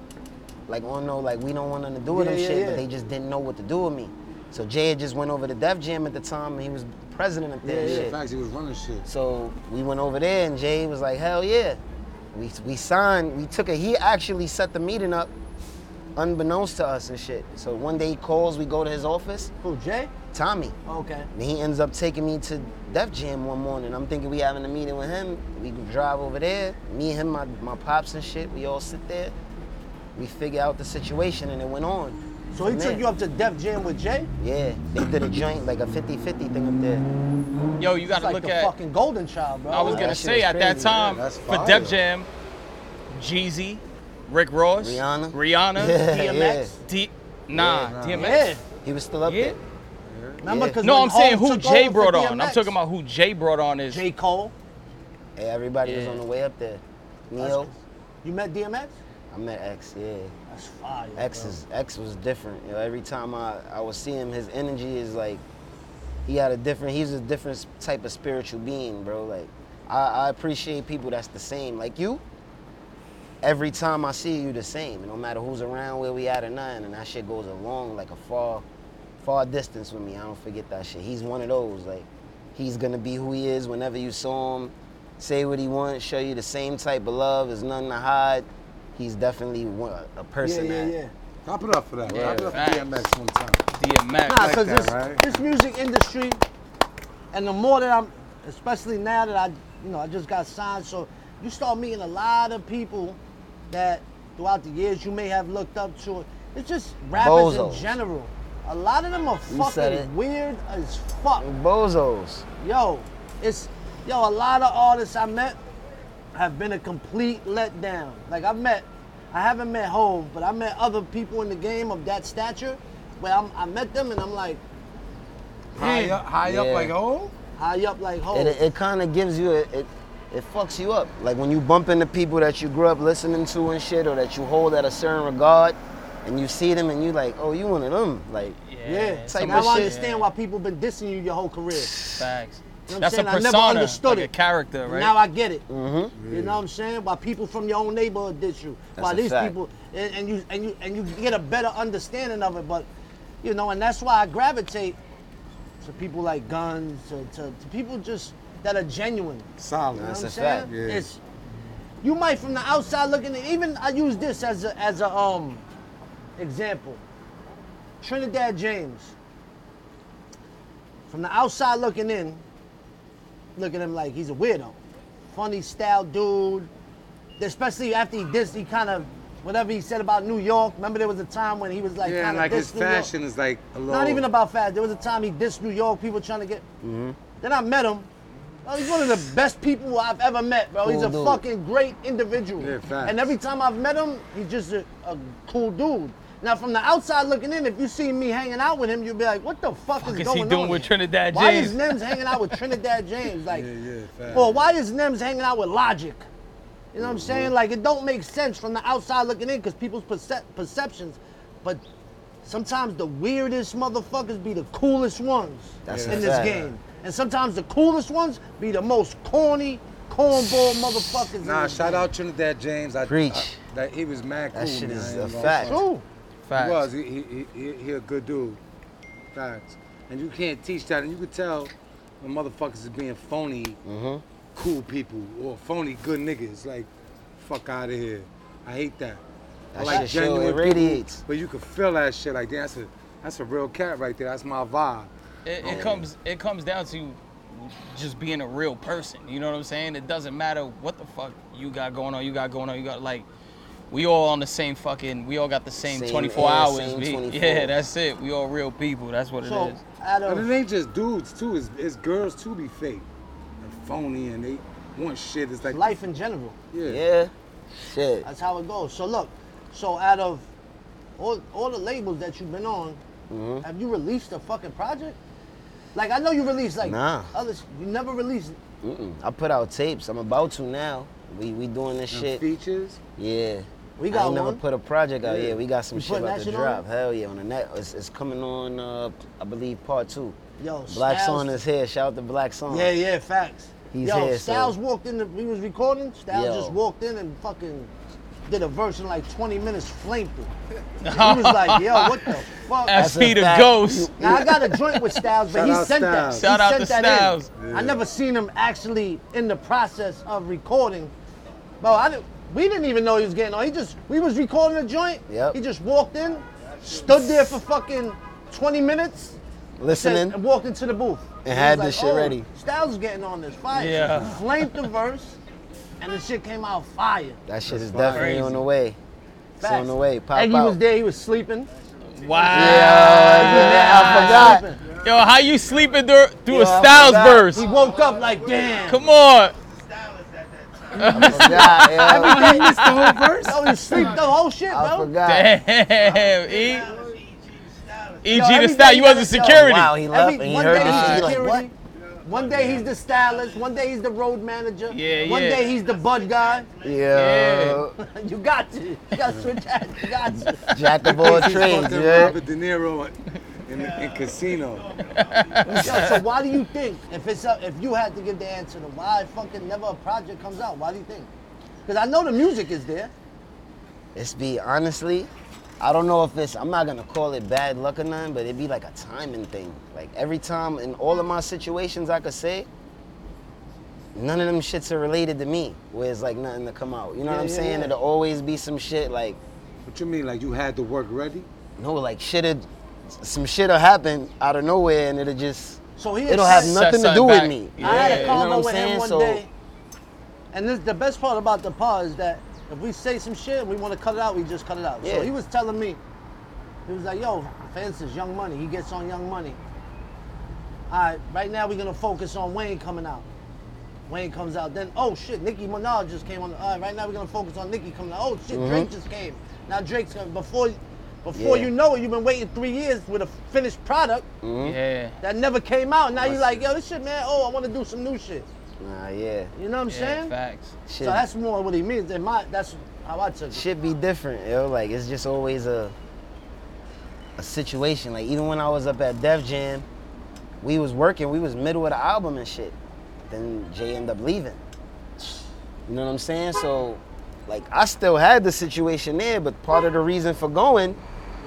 S2: Like on no like we don't want nothing to do with
S1: Yeah,
S2: them
S1: yeah,
S2: shit,
S1: yeah.
S2: but they just didn't know what to do with me. So Jay had just went over to Def Jam at the time and he was president up there and
S1: Yeah,
S2: shit.
S5: In fact, he was running shit.
S2: So we went over there, and Jay was like, "Hell yeah!" We we signed. We took a. He actually set the meeting up, unbeknownst to us and shit. So one day he calls. We go to his office.
S1: Who Jay?
S2: Tommy.
S1: Okay.
S2: And he ends up taking me to Def Jam one morning. I'm thinking we having a meeting with him. We drive over there. Me, him, my, my pops and shit. We all sit there. We figure out the situation, and it went on.
S1: So he
S2: From
S1: took
S2: there.
S1: you up to Def Jam with Jay.
S2: Yeah, they did a joint like a 50-50 thing up there.
S3: Yo, you
S1: It's
S3: gotta
S1: like
S3: look
S1: the
S3: at.
S1: fucking Golden Child, bro.
S3: I was gonna
S2: that shit
S3: say
S2: was
S3: at that
S2: crazy, yeah,
S3: time
S5: that's
S3: for
S5: fire.
S3: Def Jam, Jeezy, Rick Ross,
S2: Rihanna.
S3: Rihanna,
S2: [laughs] Yeah, yeah.
S1: DMX?
S3: D, nah,
S5: Yeah,
S1: Yeah.
S3: DMX.
S2: He was still up
S3: Yeah.
S2: there.
S1: Remember?
S2: Yeah.
S1: 'Cause
S3: No,
S1: when
S3: I'm saying
S1: Hov
S3: who
S1: took
S3: Jay
S1: over for
S3: brought on. I'm
S1: DMX,
S3: talking about who Jay brought on is.
S1: J. Cole.
S2: Hey, everybody was
S3: Yeah.
S2: on the way up there.
S1: That's-
S2: Neo,
S1: You met DMX?
S2: I met X. Yeah,
S1: That's fire.
S2: X
S1: bro.
S2: is X was different. You know, every time I I would see him, his energy is like he had a different. He's a different s- type of spiritual being, bro. Like I, I appreciate people that's the same, like you. Every time I see you, the same. No matter who's around, where we at or nothing, and that shit goes along like a far, far distance with me. I don't forget that shit. He's one of those. Like he's gonna be who he is whenever you saw him. Say what he wants, show you the same type of love. There's nothing to hide. He's definitely one, a
S1: Yeah,
S2: person
S1: yeah,
S2: that
S1: yeah.
S5: Top it up for that.
S3: Yeah,
S5: Top it up for
S3: facts.
S5: DMX one time.
S3: DMX.
S1: Nah,
S5: like
S1: because
S5: that,
S1: this,
S5: right?
S1: this music industry, and the more that I'm, especially now that I, you know, I just got signed, so you start meeting a lot of people that throughout the years you may have looked up to. It's just rappers
S2: Bozos.
S1: in general. A lot of them are
S2: You said it.
S1: fucking weird as fuck.
S2: Bozos.
S1: Yo, it's yo. A lot of artists I met have been a complete letdown. Like I've met, I haven't met Hove, but I met other people in the game of that stature. Where I'm, I met them and I'm like
S5: High up, high up
S2: Yeah.
S5: like oh.
S1: high up, like Hove.
S2: It, it kind of gives you a, it it fucks you up. Like when you bump into people that you grew up listening to and shit, or that you hold at a certain regard, and you see them and you like, oh, you one of them. Like
S1: yeah.
S2: Type
S1: now
S2: of
S1: I
S2: shit.
S1: understand why people been dissing you your whole career.
S3: Facts.
S1: You know what I'm
S3: That's a
S1: saying? I
S3: persona,
S1: never understood
S3: like
S1: it.
S3: a character, right?
S1: Now I get it. You know what I'm saying? Why people from your own neighborhood diss you? why
S2: Mm-hmm. a
S1: these
S2: fact.
S1: people and, and you and you and you get a better understanding of it. But you know, and that's why I gravitate to people like Guns, to, to, to people just that are genuine. You know
S5: Solid.
S1: what I'm
S2: a
S1: saying?
S2: fact,
S5: yeah.
S1: It's you might from the outside looking in, even I use this as a as a um example. Trinidad James. From the outside looking in, look at him like he's a weirdo. Funny style dude. Especially after he dissed, he kind of whatever he said about New York. Remember there was a time when he was like
S5: Yeah,
S1: kind
S5: and
S1: of
S5: like his
S1: New York.
S5: fashion is like a little.
S1: Not even about fast. There was a time he dissed New York. People trying to get.
S5: Mm-hmm.
S1: Then I met him. Oh, he's one of the best people I've ever met, bro. he's
S2: Cool
S1: a
S2: dude.
S1: fucking great individual.
S5: Yeah, facts.
S1: and every time I've met him, he's just a, a cool dude. Now, from the outside looking in, if you see me hanging out with him, you'll be like, "What the fuck, is,
S3: is he
S1: going
S3: doing
S1: on
S3: with
S1: here?
S3: Trinidad
S1: Why is
S3: James?"
S1: Nims hanging out with Trinidad
S5: [laughs]
S1: James? Like,
S5: Yeah, yeah, facts.
S1: or why is Nims hanging out with Logic? You know what I'm saying? Like, it don't make sense from the outside looking in because people's perce- perceptions. But sometimes the weirdest motherfuckers be the coolest ones
S2: That's
S1: in
S2: a
S1: this
S2: fact.
S1: game. And sometimes the coolest ones be the most corny, cornball motherfuckers. in
S5: Nah,
S1: this
S5: shout
S1: game.
S5: out Trinidad James. I,
S2: Preach.
S5: I- that he was mad cool.
S2: That shit
S5: man. I
S2: is
S5: ain't
S2: a
S5: gonna
S2: fact.
S5: front.
S1: True.
S5: He was.
S3: Facts.
S5: He, he, he, he a good dude. Facts. And you can't teach that. And you can tell when motherfuckers is being phony,
S2: Mm-hmm.
S5: cool people, or phony good niggas. Like, fuck out of here. I hate that. I
S2: That
S5: like
S2: shit show, it
S5: genuine people,
S2: radiates.
S5: But you can feel that shit. Like, damn, that's a, that's a real cat right there. That's my vibe.
S3: It,
S2: Oh.
S3: it comes it comes down to just being a real person. You know what I'm saying? It doesn't matter what the fuck you got going on. You got going on. You got like we all on the same fucking. We all got the same,
S2: Same
S3: 24
S2: air,
S3: hours.
S2: same
S3: B.
S2: 24.
S3: Yeah, that's it. We all real people. That's what
S1: So,
S3: it is.
S1: out
S5: But
S1: of
S5: it ain't just dudes, too. It's, it's girls, too, be fake and phony and they want shit. It's like,
S1: life in general.
S2: Yeah. Shit.
S1: That's how it goes. So look, so out of all, all the labels that you've been on,
S2: Mm-hmm.
S1: have you released a fucking project? Like I know you released like
S2: Nah.
S1: others. You never released.
S2: Mm-mm. I put out tapes. I'm about to now. We we doing this
S5: And
S2: shit.
S5: features.
S2: Yeah.
S1: We
S2: I
S1: got
S2: ain't never
S1: one.
S2: put a project out.
S5: Yeah.
S2: Yeah, we got some
S1: You
S2: shit
S1: putting
S2: about
S1: that
S2: to
S1: shit on?
S2: drop. Hell yeah, on the net. It's, it's coming on. Uh, I believe part two.
S1: Yo,
S2: Black
S1: Styles-
S2: Song is here. Shout out to Black Song.
S1: Yeah, yeah, facts.
S2: He's
S1: Yo,
S2: here, so-
S1: Styles walked in. The, we was recording. Styles
S2: Yo.
S1: just walked in and fucking did a verse in like 20 minutes, flamed
S3: [laughs]
S1: it. he was like, Yo, what the fuck?
S2: That's
S3: SP
S2: a
S3: the
S2: fact.
S3: ghost.
S1: Now I got a joint with Styles, but
S5: Shout
S1: he
S5: out
S1: sent that.
S5: Styles.
S1: He
S3: Shout out
S1: sent
S3: to
S1: that in.
S3: Styles.
S1: I never seen him actually in the process of recording. Bro, I didn't, we didn't even know he was getting on. He just we was recording a joint.
S2: Yep.
S1: He just walked in, stood there for fucking 20 minutes,
S2: Listening.
S1: said- and walked into the booth.
S2: And
S1: He
S2: had
S1: was oh,
S2: this shit ready.
S1: Styles is getting on this fire.
S3: Yeah.
S1: He Flamed the verse, and the shit came out fire.
S2: that shit is
S5: That's fire.
S2: definitely on
S3: Crazy.
S2: the way. It's
S1: Fast.
S2: on the way. Pop
S1: Eggy
S2: out.
S1: was there. He was sleeping.
S3: [laughs] Wow.
S2: Yeah, I forgot.
S1: Sleeping.
S3: Yo, how you sleeping dur- through
S2: Yo,
S3: a
S2: I
S3: Styles
S2: forgot.
S3: verse?
S1: He woke up like, damn.
S3: Come on.
S1: [laughs]
S2: Forgot, yo.
S1: Everything is the whole verse. No, he sleep the whole shit,
S2: I
S1: bro.
S2: forgot.
S3: Damn. E. E.G.
S1: Yo,
S3: the style.
S1: everybody
S3: You wasn't
S1: gotta- yo,
S3: security.
S2: Wow, he left
S1: Every-
S2: and he
S1: one
S2: heard
S1: day
S2: this
S1: he's
S2: shit. He like,
S1: security.
S2: what?
S1: One day he's the stylist. One day he's the road manager.
S3: Yeah,
S1: One
S3: yeah.
S1: day he's the bud guy. [laughs]
S2: Yo.
S1: you got to. You got to switch hats. You got to.
S2: Jack of all
S5: He's
S2: trades,
S5: fucking
S2: yeah.
S5: Robert De Niro in, in, in Casino.
S1: Yo, so why do you think if it's up, if you had to give the answer to why fucking never a project comes out? Why do you think? Because I know the music is there.
S2: It's be honestly, I don't know if it's I'm not gonna call it bad luck or nothing, but it be like a timing thing. Like every time in all of my situations I could say, none of them shits are related to me. Where it's like nothing to come out. You know
S1: Yeah,
S2: what I'm
S1: yeah,
S2: saying?
S1: yeah.
S2: It'll always be some shit like
S5: What you mean, like you had the work ready?
S2: no, like shit'll some shit'll happen out of nowhere and it'll just
S1: So he
S2: it'll have
S1: said-
S3: Set
S2: nothing to do
S3: something
S2: with
S3: back.
S2: me.
S1: I had
S3: Yeah,
S1: a
S3: you
S2: know
S1: combo
S2: what I'm
S1: with him
S2: saying?
S1: one
S2: So-
S1: day, and this the best part about the pod is that if we say some shit and we want to cut it out, we just cut it out. So
S2: Yeah.
S1: he was telling me, he was like, "Yo, for instance, Young Money, he gets on Young Money. All right, right now we're gonna focus on Wayne coming out. Wayne comes out, then oh shit, Nicki Minaj just came on. All right, right now we're gonna focus on Nicki coming out. Oh shit, Drake just came. Now Drake's coming. Before, before
S2: Mm-hmm. Yeah.
S1: you know it, you've been waiting three years with a finished product
S3: Yeah.
S1: that never came out. Now you're like, yo, this shit, man. Oh, I want to do some new shit.
S2: Nah, yeah.
S1: You know what I'm
S3: Yeah,
S1: saying?
S3: facts.
S2: Shit,
S1: So that's more what he means. In my, that's how I took it.
S2: shit be different, yo. Like it's just always a a situation. Like even when I was up at Def Jam, we was working, we was middle of the album and shit. Then Jay ended up leaving. You know what I'm saying? So like I still had the situation there, but part of the reason for going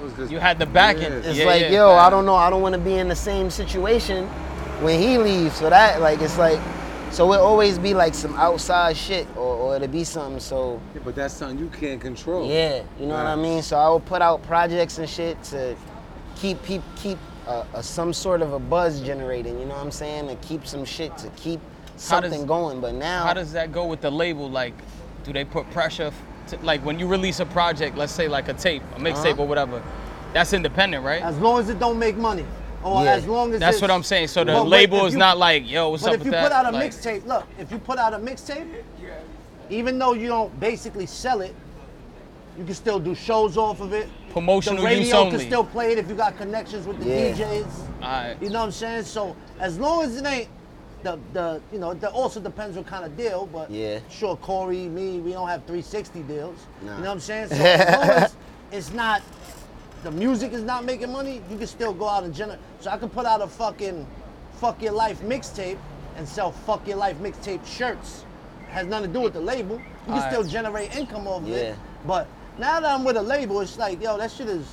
S5: It was just-
S3: You had the backing.
S2: it's
S3: Yeah,
S2: like,
S3: yeah,
S2: yo, I
S3: facts.
S2: don't know, I don't want to be in the same situation when he leaves. So that, like, it's like, so it always be like some outside shit, or, or or it'll be something. So
S5: Yeah, but that's something you can't control.
S2: yeah, you know what I
S5: Right.
S2: mean. So I would put out projects and shit to keep keep keep uh, uh, some sort of a buzz generating. You know what I'm saying? To keep some shit to keep
S3: does-
S2: something going. But now
S3: How does that go with the label? Like, do they put pressure? f- To, like when you release a project, let's say like a tape, a mixtape or whatever, that's independent, right?
S1: Uh-huh. As long as it don't make money, or
S2: Yeah.
S1: as long as
S3: That's
S1: it's-
S3: what I'm saying. So the
S1: But wait,
S3: label
S1: if
S3: is
S1: you-
S3: not like, yo, what's
S1: But
S3: up
S1: if
S3: with
S1: you
S3: that?
S1: put out a
S3: Like,
S1: mixtape, look, if you put out a mixtape, even though you don't basically sell it, you can still do shows off of it.
S3: Promotional
S1: the radio
S3: use
S1: can
S3: only.
S1: still play it if you got connections with the
S2: Yeah.
S1: DJs.
S3: Alright.
S1: You know what I'm saying? So as long as it ain't the the you know, that also depends what kind of deal, but
S2: Yeah.
S1: sure Corey, me, we don't have 360 deals.
S2: Nah.
S1: You know what I'm saying? So as long
S2: [laughs]
S1: as it's not the music is not making money, you can still go out and generate. So I can put out a fucking fuck your life mixtape and sell fuck your life mixtape shirts. Has nothing to do with the label. You can
S3: Alright.
S1: still generate income off of
S2: Yeah.
S1: it. But now that I'm with a label, it's like, yo, that shit is.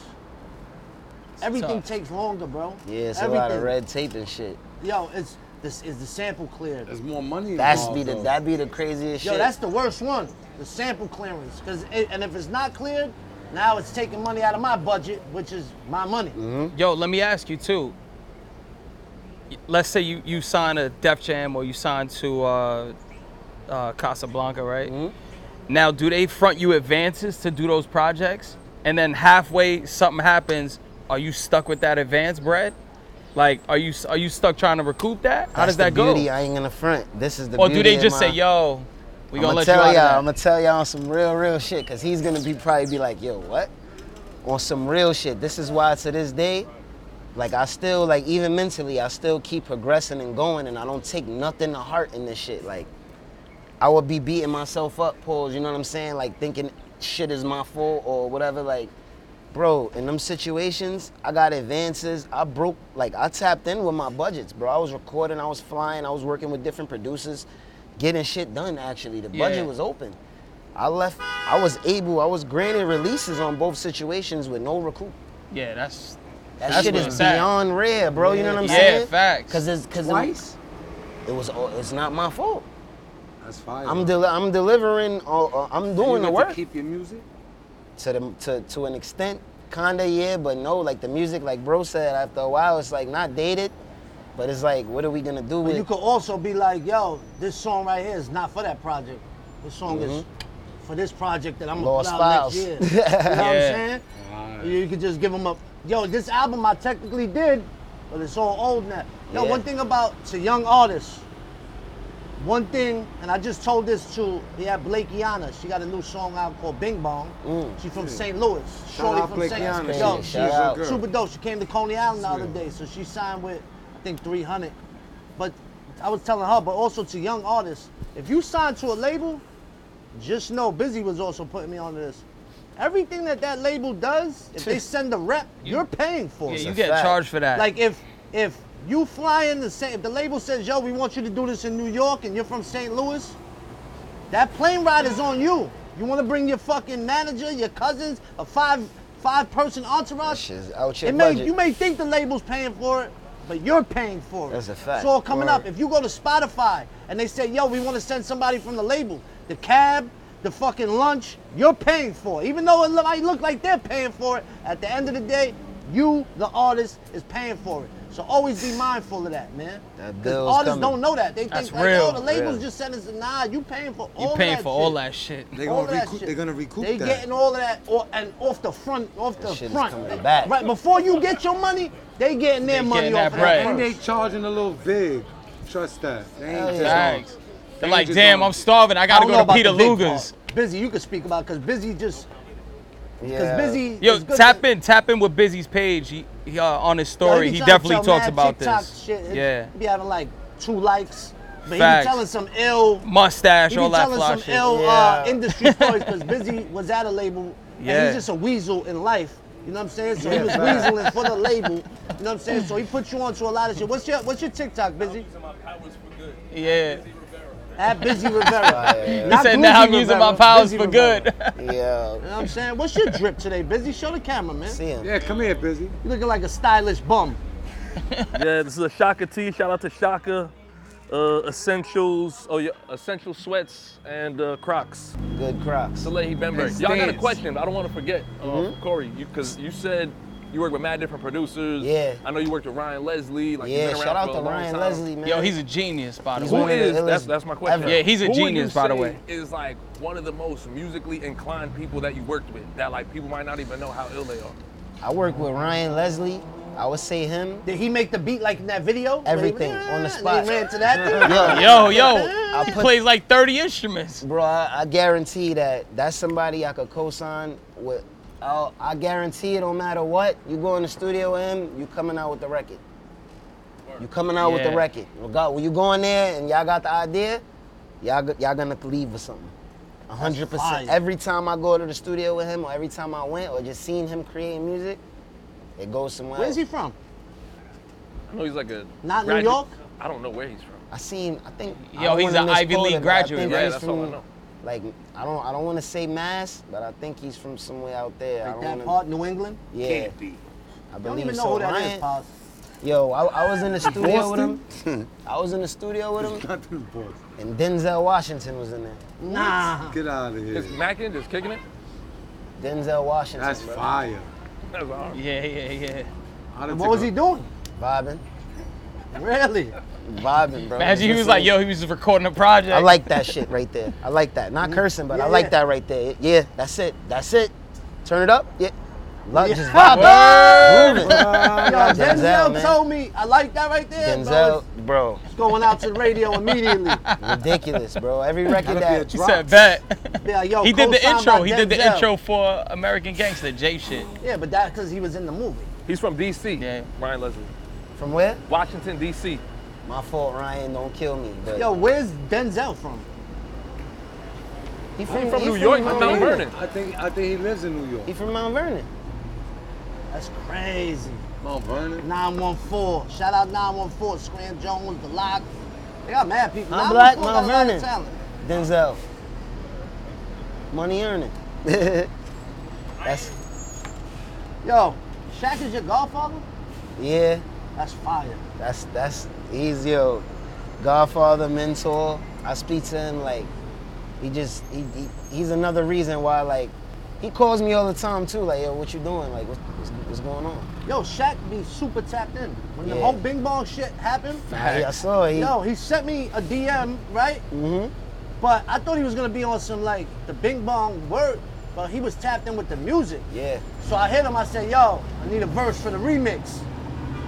S1: Everything
S3: tough.
S1: takes longer, bro.
S2: yeah, it's
S1: everything.
S2: a lot of red tape and shit.
S3: Oh,
S1: Yo, it's this is the sample cleared.
S5: There's more money
S2: That's
S5: involved,
S2: be the
S5: though.
S2: that be the craziest
S1: Yo,
S2: shit.
S1: that's the worst one. The sample clearance, cause it, and if it's not cleared, now it's taking money out of my budget, which is my money.
S2: Mm-hmm.
S3: Yo, let me ask you too. Let's say you you sign a Def Jam or you sign to uh, uh, Casablanca, right?
S2: Mm-hmm.
S3: Now, do they front you advances to do those projects, and then halfway something happens? Are you stuck with that advance bread? Like, are you are you stuck trying to recoup that? How
S2: That's
S3: does that
S2: the
S3: go?
S2: Beauty, I ain't gonna front. This is the
S3: or
S2: beauty.
S3: do they
S2: of
S3: just say,
S2: my-
S3: "Yo, we gonna
S2: I'ma
S3: let you
S2: tell
S3: out"? of
S2: all
S3: that?
S2: I'm gonna tell y'all some real, real shit, cause he's gonna be probably be like, yo, what? On some real shit. This is why to this day, like I still, like even mentally, I still keep progressing and going, and I don't take nothing to heart in this shit. Like, I would be beating myself up, pause. You know what I'm saying? Like thinking shit is my fault or whatever. Like, bro, in them situations, I got advances. I broke, like I tapped in with my budgets, bro. I was recording, I was flying, I was working with different producers, getting shit done. Actually, the budget
S3: Yeah.
S2: was open. I left. I was able. I was granted releases on both situations with no recoup.
S3: Yeah, that's
S2: That
S3: That's
S2: shit
S3: where
S2: is
S3: it's at.
S2: beyond rare, bro. You know what I'm
S3: Yeah,
S2: saying?
S3: facts.
S2: Cause it's cause
S5: Twice?
S2: It, it was. all- It's not my fault.
S5: That's fire.
S2: I'm del- I'm delivering. Uh, uh, I'm
S5: You
S2: doing
S5: get
S2: the work
S5: To keep your music.
S2: to the to, to an extent, kinda yeah, but no, like the music, like bro said, after a while, it's like not dated, but it's like, what are we gonna do
S1: But
S2: with?
S1: you could also be like, yo, this song right here is not for that project. This song is for this project that I'm gonna
S2: Mm-hmm. Lost
S1: put out
S2: files. [laughs]
S1: next year. You know what I'm
S3: Yeah.
S1: saying?
S5: Alright.
S1: You could just give them up. Yo, this album I technically did, but it's all old now. Yo,
S2: Yeah.
S1: one thing about to young artists, one thing, and I just told this to yeah Blake Yana. She got a new song out called Bing Bong. She's from St. Louis. Shorty
S5: out
S1: from
S5: Blake
S1: St.
S5: Yana.
S1: Louis.
S2: That's
S1: Yo,
S2: crazy.
S1: she's
S2: Mm. Shout out.
S1: super dope. She came to Coney Island the other
S5: Sweet.
S1: day, so she signed with I think 300. But I was telling her, but also to young artists, if you sign to a label, just know Busy was also putting me on this. Everything that that label does, if
S3: [laughs]
S1: they send a rep, you're paying for
S3: yeah,
S1: it.
S3: you
S2: a
S3: get
S2: fact.
S3: charged for that.
S1: Like if if you fly in the same, if the label says, "Yo, we want you to do this in New York," and you're from St. Louis, that plane ride is on you. You want to bring your fucking manager, your cousins, a five five person
S2: that
S1: entourage.
S2: shit is out your
S1: It may
S2: budget.
S1: you may think the label's paying for it, but you're paying for it.
S2: That's a fact.
S1: It's all coming up.
S2: Word.
S1: If you go to Spotify and they say, "Yo, we want to send somebody from the label," the cab, the fucking lunch, you're paying for it. Even though it lo- might look like they're paying for it, at the end of the day, you, the artist, is paying for it. So always be mindful of that, man.
S2: That
S1: 'Cause
S2: bill's
S1: artists
S2: coming.
S1: don't know that. They
S3: That's
S1: think, like, "Yo,
S3: real.
S1: the label's
S2: Real.
S1: just sending us a nod. You paying for all
S3: you
S1: of
S3: paying
S1: that
S3: for all
S1: shit.
S3: that shit.
S5: They
S1: All
S5: gonna
S1: that
S5: recoup.
S1: shit.
S5: They're gonna recoup
S1: They
S5: that.
S1: getting all of that, or, and off the front, off the
S2: shit is
S1: front.
S2: coming back.
S1: Right before you get your money, they getting their
S3: They
S1: money
S3: getting
S1: off
S3: that
S1: of
S3: bread.
S1: that
S5: and they
S1: first.
S5: charging a little big. Trust that. They ain't
S2: Hell
S5: just
S2: yeah.
S5: gonna-
S3: Facts.
S5: they
S3: They're
S5: ain't
S3: like,
S5: just
S3: damn,
S5: gonna-
S3: I'm starving. I gotta
S1: don't know
S3: go to
S1: about
S3: Peter
S1: the big
S3: Luger's.
S1: part. Busy, you can speak about because busy just because
S2: yeah.
S1: busy.
S3: Yo,
S1: is good
S3: tap
S1: to-
S3: in, tap in with Busy's page. He, he uh, on his
S1: Yo,
S3: story.
S1: be
S3: he
S1: trying to
S3: definitely
S1: tell
S3: talks
S1: mad
S3: about
S1: TikTok
S3: this.
S1: Shit. It-
S3: Yeah,
S1: he be having like two likes, but he be
S3: Facts.
S1: telling some ill
S3: mustache,
S1: He
S3: all
S1: be
S3: that
S1: telling
S3: fly
S1: some
S3: shit.
S1: ill uh,
S2: Yeah. [laughs]
S1: industry stories because Busy was at a label and
S3: Yeah.
S1: he's just a weasel in life. You know what I'm saying? So he
S5: Yeah,
S1: was
S5: facts.
S1: weaseling for the label. You know what I'm saying? So he put you onto a lot of shit. What's your What's your TikTok, Busy?
S3: yeah,
S1: At
S2: [laughs]
S1: Busy Rivera.
S2: Yeah,
S3: he
S1: Not
S3: said
S1: Gucci
S3: now I'm using
S1: Rivera,
S3: my powers
S1: Busy
S3: for
S1: Rivera."
S3: good. [laughs]
S1: You
S2: yeah.
S1: know what I'm saying? What's your drip today, Busy? Show the camera, man.
S2: See him.
S5: Yeah, come here, busy.
S1: You looking like a stylish bum.
S6: Yeah, this is a Shaka T. Shout out to Shaka. uh, essentials, oh yeah, essential sweats and uh, Crocs.
S2: Good Crocs.
S6: Salehi Benberg.
S5: And
S6: Y'all got a
S5: stands.
S6: question. I don't want to forget, uh,
S2: Mm-hmm.
S6: Corey, because you, said you work with mad different producers.
S2: Yeah.
S6: I know you worked with Ryan Leslie. Like you've
S2: yeah,
S6: been around
S2: shout
S6: for
S2: out
S6: a
S2: to
S6: long
S2: Ryan
S6: time.
S2: Leslie, man.
S3: Yo, he's a genius, by the
S2: He's
S6: Who
S2: one
S3: way.
S2: of the
S6: is?
S2: illest
S6: That's, that's my question.
S2: ever.
S3: Yeah, he's a
S6: Who would you
S3: genius, by the
S6: say
S3: way.
S6: Is like one of the most musically inclined people that you worked with. That like people might not even know how ill they are.
S2: I work with Ryan Leslie. I would say him.
S1: Did he make the beat like in that video?
S2: Everything, on the
S1: And
S2: spot.
S1: they ran to
S2: [laughs]
S1: that.
S3: Yo,
S2: Yo,
S3: yo,
S1: [laughs]
S2: I
S3: he
S2: put-
S3: plays like 30 instruments.
S2: Bro, I, I guarantee that that's somebody I could co-sign with. I'll, I guarantee it. No matter what, you go in the studio with him, you coming out with the record. You coming out with
S3: Yeah.
S2: the record. Rega- When you go in there and y'all got the idea, y'all go- y'all gonna leave with something. A hundred
S1: fire.
S2: percent. Every time I go to the studio with him, or every time I went, or just seeing him creating music, it goes somewhere.
S1: Where's
S2: else.
S1: he from?
S6: I know he's like a
S1: Not New
S6: graduate-
S1: York?
S6: I don't know where he's from.
S2: I seen. I think. I
S3: Yo,
S2: don't
S3: he's
S2: wanna
S3: an
S2: misquote
S3: Ivy
S2: him,
S3: League
S2: but I
S3: graduate,
S2: think
S3: right?
S2: he's
S6: That's all I
S2: from,
S6: know.
S2: Like, I don't. I don't want to say Mass, but I think he's from somewhere out there. I
S1: Like
S2: don't
S1: that
S2: wanna-
S1: part, New England.
S2: Yeah. I
S1: You don't
S2: believe
S1: even know
S2: so.
S1: who that is,
S2: Ryan-
S1: Pops.
S2: Yo, I, I was in
S1: [laughs]
S2: the studio with him. I was in the studio with him,
S5: Nothing, boys.
S2: and Denzel Washington was in there.
S1: Nah.
S5: Get out of here.
S6: Is Mackin just kicking it? [laughs]
S2: Denzel Washington.
S5: That's
S2: bro.
S5: fire.
S6: That's all.
S3: Yeah, yeah, yeah.
S5: I done
S1: What was
S5: took
S1: he
S5: [laughs] a-
S1: doing?
S2: Vibing,
S1: Really?
S2: vibing, bro.
S3: Imagine he was like, yo, he was just recording a project.
S2: I like that shit right there. I like that. Not cursing, but
S1: Mm-hmm. Yeah,
S2: I like
S1: yeah.
S2: that right there. Yeah, that's it. That's it. Turn it up. Yeah.
S1: [laughs]
S2: Love, Just vibe.
S1: Yo, Denzel
S2: Denzel, man.
S1: told me. I like that right there, bro.
S2: Denzel,
S1: It's-
S2: bro,
S1: It's going out to the radio immediately.
S2: [laughs] ridiculous, bro. Every
S5: Gotta
S2: record
S5: be a
S2: that
S5: tr-
S3: He said, bet. [laughs]
S1: Yeah, yo,
S3: he did the
S1: co-signed by
S3: intro. He did the
S1: Denzel.
S3: intro for American Gangster, J shit.
S1: Yeah, but that's because he was in the movie.
S6: He's from D.C.
S3: Yeah.
S6: Ryan Leslie,
S2: from where?
S6: Washington D.C.
S2: My fault, Ryan. Don't kill me. But
S1: Yo, where's Denzel from?
S2: he
S6: He's from New York, from Mount
S2: Vernon.
S6: Vernon.
S5: I think I think he lives in New
S2: He
S5: York.
S2: from Mount Vernon.
S1: That's crazy.
S5: Mount Vernon.
S1: 914. Shout out 914. Scram Jones, The Lock. They got mad people.
S2: I'm black,
S1: 914
S2: Mount
S1: got a lot of talent.
S2: Vernon. Denzel. Money earning. [laughs] That's
S1: Yo, Shaq is your godfather?
S2: yeah.
S1: That's fire.
S2: That's that's he's yo, Godfather mentor. I speak to him like he just he, he he's another reason why like he calls me all the time too. Like yo, what you doing? Like what's what's, what's going on?
S1: Yo, Shaq be super tapped in. When the
S2: Yeah.
S1: whole Bing Bong shit happened,
S2: I, I saw it. He,
S1: yo, he sent me a DM, right?
S2: Mhm.
S1: But I thought he was gonna be on some like the Bing Bong word, but he was tapped in with the music.
S2: Yeah.
S1: So I hit him, I said, yo, I need a verse for the remix.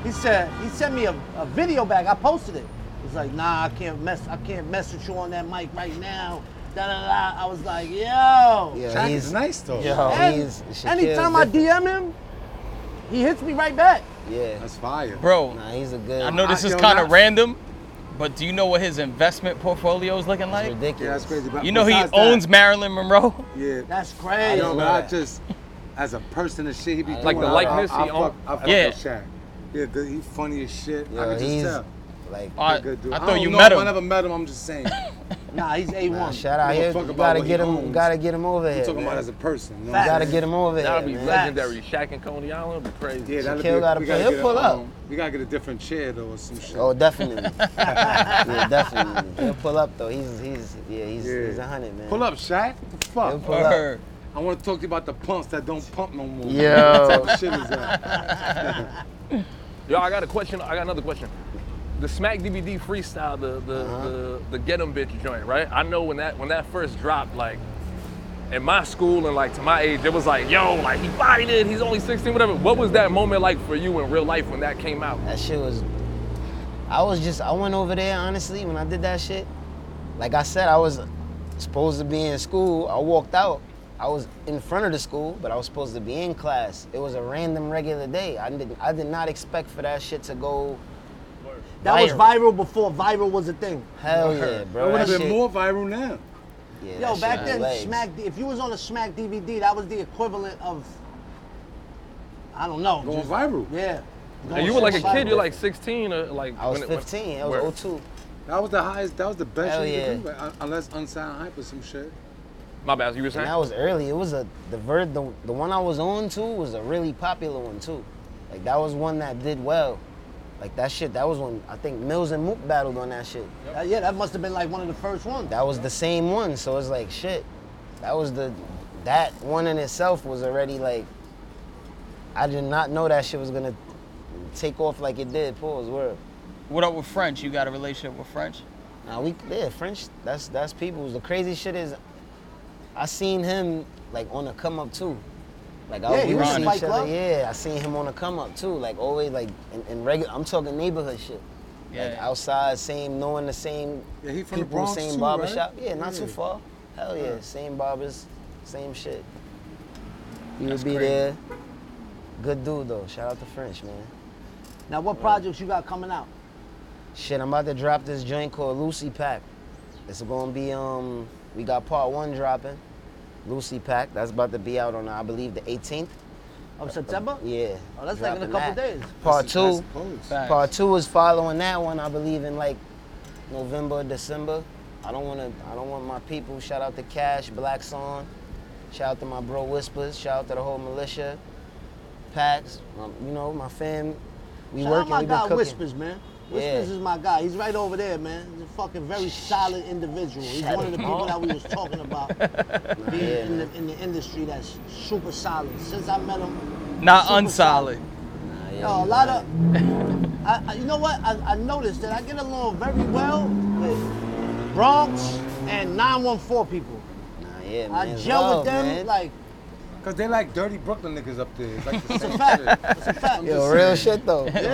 S1: He said, he sent me a, a video back, I posted it. He's like, nah, I can't mess, I can't mess with you on that mic right now. Da da da. I was like, yo.
S2: Yeah.
S5: Jack
S2: he's
S5: is nice though.
S2: Yo,
S1: And
S2: he's Shaquille's
S1: anytime I
S2: different.
S1: DM him, he hits me right back.
S2: Yeah.
S5: That's fire.
S3: Bro,
S2: Nah, he's a good.
S3: I know this is
S5: yo,
S3: kind
S5: nah.
S3: of random, but do you know what his investment portfolio is looking
S2: It's
S3: like?
S5: Yeah,
S2: ridiculous.
S5: that's crazy. But
S3: You know he
S5: besides
S3: owns
S5: That,
S3: Marilyn Monroe?
S5: yeah.
S1: That's crazy.
S5: Yo,
S2: know
S5: but I
S2: that.
S5: just, as a person and shit, he be
S6: Like
S5: doing,
S6: the
S5: I-
S6: likeness
S5: I, I,
S6: he
S5: fuck,
S6: own-
S5: I fuck
S3: Yeah.
S5: with Shaq. Yeah, good. He funny as shit. I
S2: Yo,
S5: can just
S2: he's
S5: tell.
S2: like.
S3: I, I
S5: Good dude.
S3: thought
S5: don't
S3: you
S5: know
S3: met
S5: I
S3: him.
S5: never met him. I'm just
S2: [laughs]
S5: saying. I'm
S1: Nah, he's A1.
S2: Nah, shout out
S5: give a
S2: here.
S5: fuck
S2: You
S5: about
S2: gotta
S5: what
S2: get
S5: he
S2: him. You
S5: owns.
S2: gotta get him over here.
S5: talking
S2: man.
S5: about as a person. You know?
S1: Facts.
S2: gotta get him over here.
S6: That'd be
S2: man.
S1: lit.
S6: legendary. Shaq and Coney Island would be crazy.
S5: Yeah, that'll
S2: Shaquille
S5: be.
S2: gotta
S5: we
S2: pull-
S5: gotta
S2: he'll
S5: get a,
S2: pull up.
S5: um, we gotta get a different chair though, or some shit.
S2: Oh, definitely. yeah, definitely. He'll pull up though. He's he's yeah he's
S5: Yeah.
S2: he's a hundred man.
S5: Pull up, Shaq. What the
S2: He'll
S5: fuck?
S2: pull up.
S3: Word.
S5: I want to talk to you about the pumps that don't pump no more.
S2: Yo.
S5: What shit is
S2: [laughs]
S5: that?
S6: Yo, I got a question. I got another question. The Smack DVD freestyle, the the
S2: Uh-huh.
S6: the, the Get 'em bitch joint, right? I know when that when that first dropped, like in my school and like to my age, it was like, yo, like he bodied it. He's only 16, whatever. What was that moment like for you in real life when that came out?
S2: That shit was. I was just I went over there honestly when I did that shit. Like I said, I was supposed to be in school. I walked out. I was in front of the school, but I was supposed to be in class. It was a random regular day. I did I did not expect for that shit to go.
S1: That was viral before viral was a thing.
S2: Hell yeah, bro.
S5: It would
S2: That
S5: have been
S2: shit-
S5: more viral now.
S2: yeah, that
S1: Yo,
S2: shit
S1: back
S2: had
S1: then,
S2: legs.
S1: Smack. If you was on a Smack DVD, that was the equivalent of, I don't know.
S5: Going
S1: just-
S5: viral.
S1: Yeah.
S6: And you were like a kid. You're like 16 or like.
S2: I was
S6: when it- when-
S2: 15. I
S6: Word.
S2: was 02.
S5: That was the highest. That was the best
S2: Hell
S5: you
S2: yeah.
S5: could do, un- unless unsigned hype or some shit.
S6: My bad. You were saying.
S2: And that was early. It was a the ver the, the one I was on too was a really popular one too. Like that was one that did well. Like that shit, that was when I think Mills and Mook battled on that shit.
S1: Uh, yeah, that must have been like one of the first ones.
S2: That was the same one, so it's like shit. That was the that one in itself was already like I did not know that shit was gonna take off like it did. Pause word.
S3: What up with French? You got a relationship with French?
S2: Now we yeah, French. That's that's people's. The crazy shit is, I seen him like on the come up too. Like I,
S1: Yeah, he
S2: we
S1: was
S2: would
S1: in
S2: see
S1: Fight
S2: each other.
S1: Club?
S2: Yeah, I seen him on the come up too. Like always, like in, in regular. I'm talking neighborhood shit. Like
S3: Yeah.
S2: outside, same knowing the same
S5: Yeah, he from the
S2: people,
S5: Bronx
S2: same
S5: too,
S2: barber
S5: right?
S2: shop. Yeah, not too
S5: Yeah.
S2: far. Hell yeah, same barbers, same shit. He
S3: That's
S2: would be
S3: crazy.
S2: there. Good dude though. Shout out to French man.
S1: Now, what projects you got coming out?
S2: Shit, I'm about to drop this joint called Lucy Pack. It's gonna be um, we got part one dropping, Lucy Pack. That's about to be out on I believe the 18th.
S1: Of September?
S2: Yeah.
S1: Oh, that's like in a
S2: dropping
S1: couple
S2: that.
S1: days.
S2: Part
S5: That's-
S2: two.
S5: that's poets.
S3: Facts.
S2: Part two is following that one. I believe in like November, December. I don't wanna. I don't want my people. Shout out to Cash, Black Song. Shout out to my bro Whispers. Shout out to the whole militia, Pax. my- you know my fam. We
S1: Shout out
S2: working.
S1: my
S2: we been
S1: guy
S2: cooking.
S1: Whispers, man. Whispers
S2: Yeah.
S1: is my guy. He's right over there, man. He's a fucking very solid individual. He's
S2: Shut
S1: one of the
S2: up.
S1: people that we was talking about being
S2: yeah,
S1: in, the, in the industry that's super solid. Since I met him,
S3: Not
S1: Super
S3: unsolid.
S2: Nah, yeah,
S1: yo, Oh, a
S2: you
S1: lot
S2: right.
S1: of, I, I, you know what? I, I noticed that I get along very well with Bronx and 914 people.
S2: Nah, yeah, man.
S1: I
S2: it's
S1: gel
S2: love,
S1: with them
S2: man.
S1: like
S5: Cause they like dirty Brooklyn niggas up there. It's like the same
S2: [laughs]
S5: shit.
S1: fact. It's a fact.
S2: Yo, real
S1: [laughs]
S2: shit though.
S3: Facts.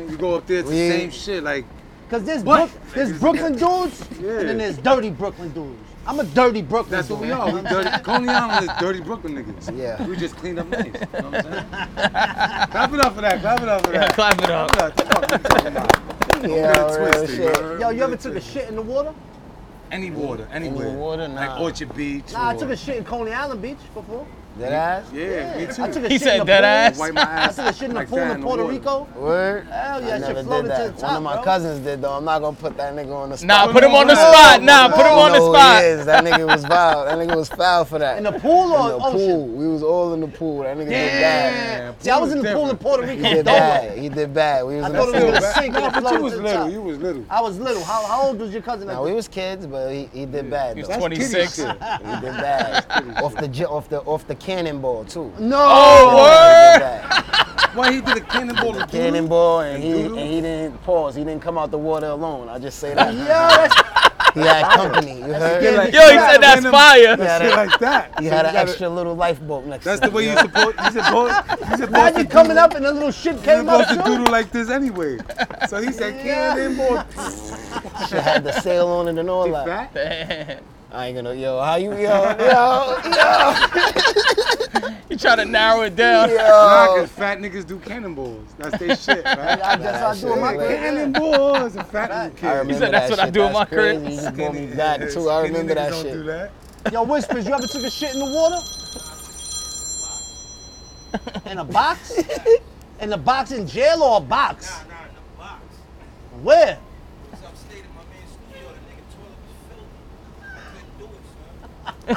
S5: Man, you go up there, it's
S2: We-
S5: the same shit. Like
S1: Cause there's
S5: But-
S1: Brook, there's Brooklyn dudes, and
S5: Yeah.
S1: then there's dirty Brooklyn dudes. I'm a dirty Brooklyn.
S5: that's
S1: dude.
S5: what we are. We dirty. Coney Island is dirty Brooklyn niggas.
S2: Yeah.
S5: We just cleaned up nice. You know what I'm saying? clap it up for that. Clap it up for that.
S3: Clap it up.
S5: Clap it up. What the fuck you talking about?
S2: Yeah,
S5: Get it
S2: real
S5: twisted,
S2: shit.
S5: man.
S1: Yo, you
S5: Get
S1: ever
S5: it
S1: took a
S5: twisted.
S1: shit in the water?
S5: Any water, anywhere.
S2: water? Nah.
S5: Like Orchard Beach.
S1: Nah, I
S5: or-
S1: took a shit in Coney Island Beach before.
S2: Dead ass.
S5: Yeah, me too.
S1: I took a
S3: He
S1: shit
S3: said
S1: in the
S3: dead
S1: pool.
S3: ass.
S5: Wipe my
S1: I
S5: ass.
S1: took a shit in the
S5: like
S1: pool
S5: that
S1: in Puerto
S5: water.
S1: Rico.
S2: Word.
S1: Hell yeah,
S2: I
S1: that
S2: never
S1: shit
S2: did
S1: floated
S2: that.
S1: to the top,
S2: One of my
S1: bro.
S2: cousins did though. I'm not gonna put that nigga on the spot.
S3: Nah, put him on the spot. Nah, put him on the
S2: No, He
S3: spot.
S2: is. That nigga was foul. That nigga was foul for that.
S1: In the pool or
S2: in the
S1: ocean?
S2: pool? We was all in the pool. That nigga
S5: Yeah.
S2: did bad.
S1: See, I was in the
S5: Different.
S1: pool in Puerto
S2: [laughs]
S1: Rico.
S2: He
S3: [laughs]
S2: did
S1: though.
S2: bad. He did bad. We was
S1: I
S2: in
S1: thought it was
S2: the [laughs]
S1: gonna
S2: pool.
S1: sink and
S5: No,
S1: it
S5: but
S1: floated
S5: you was
S1: to the
S5: little.
S1: top.
S5: You was little.
S1: I was little. How, how old was your cousin?
S2: Nah, we was kids, but he, he did bad
S3: He was [laughs]
S2: though.
S5: That's
S3: 26.
S5: kitty shit.
S2: He did bad. off the ju- off the off the cannonball too.
S1: no.
S2: He
S3: Oh,
S2: did bad.
S5: Why he did a cannonball? to do?
S2: cannonball, and he
S5: Doodle.
S2: and he didn't pause. He didn't come out the water alone. I just say that
S1: Yo,
S5: [laughs]
S1: that's
S2: [laughs] he had company. You
S5: They're
S2: heard?
S5: like,
S3: Yo, he
S5: "Nah,
S3: said that's
S5: man,
S3: fire.
S5: that shit like that.
S2: He
S5: So
S2: had
S5: you
S2: an
S5: gotta-
S2: extra little lifeboat next
S5: That's
S2: to
S5: the
S2: him.
S5: way you support. You support. You support.
S1: imagine coming up and a little shit
S5: You're
S1: came
S5: supposed
S1: out.
S5: to
S1: yo.
S5: doodle like this anyway. So he said,
S1: Yeah.
S2: [laughs]
S5: cannonball.
S2: Shit had the sail on it and all that.
S5: Fat.
S3: [laughs]
S2: I ain't gonna yo. How you yo yo yo
S3: you try to narrow it down.
S5: [laughs] Nah,
S2: yo?
S5: 'cause fat niggas do cannonballs. That's
S2: [laughs]
S5: their shit, right?
S1: I guess I do in my
S2: Shit, man.
S1: crib.
S5: Cannonballs, a fat little
S2: I
S5: kid.
S2: remember
S3: said, "That's
S2: that
S3: what I
S2: shit.
S3: do in my
S2: That's
S3: crib."
S2: crazy. You brought me
S5: Skinny-
S2: back too. I
S5: skinny
S2: remember
S5: niggas
S2: that
S5: don't do
S2: shit.
S5: that.
S1: Yo, Whispers, you ever took a shit in the water? In a box? In a box in jail or a box?
S7: Nah, nah, in the box.
S1: Where?
S7: It's upstate in my man's studio. The nigga toilet was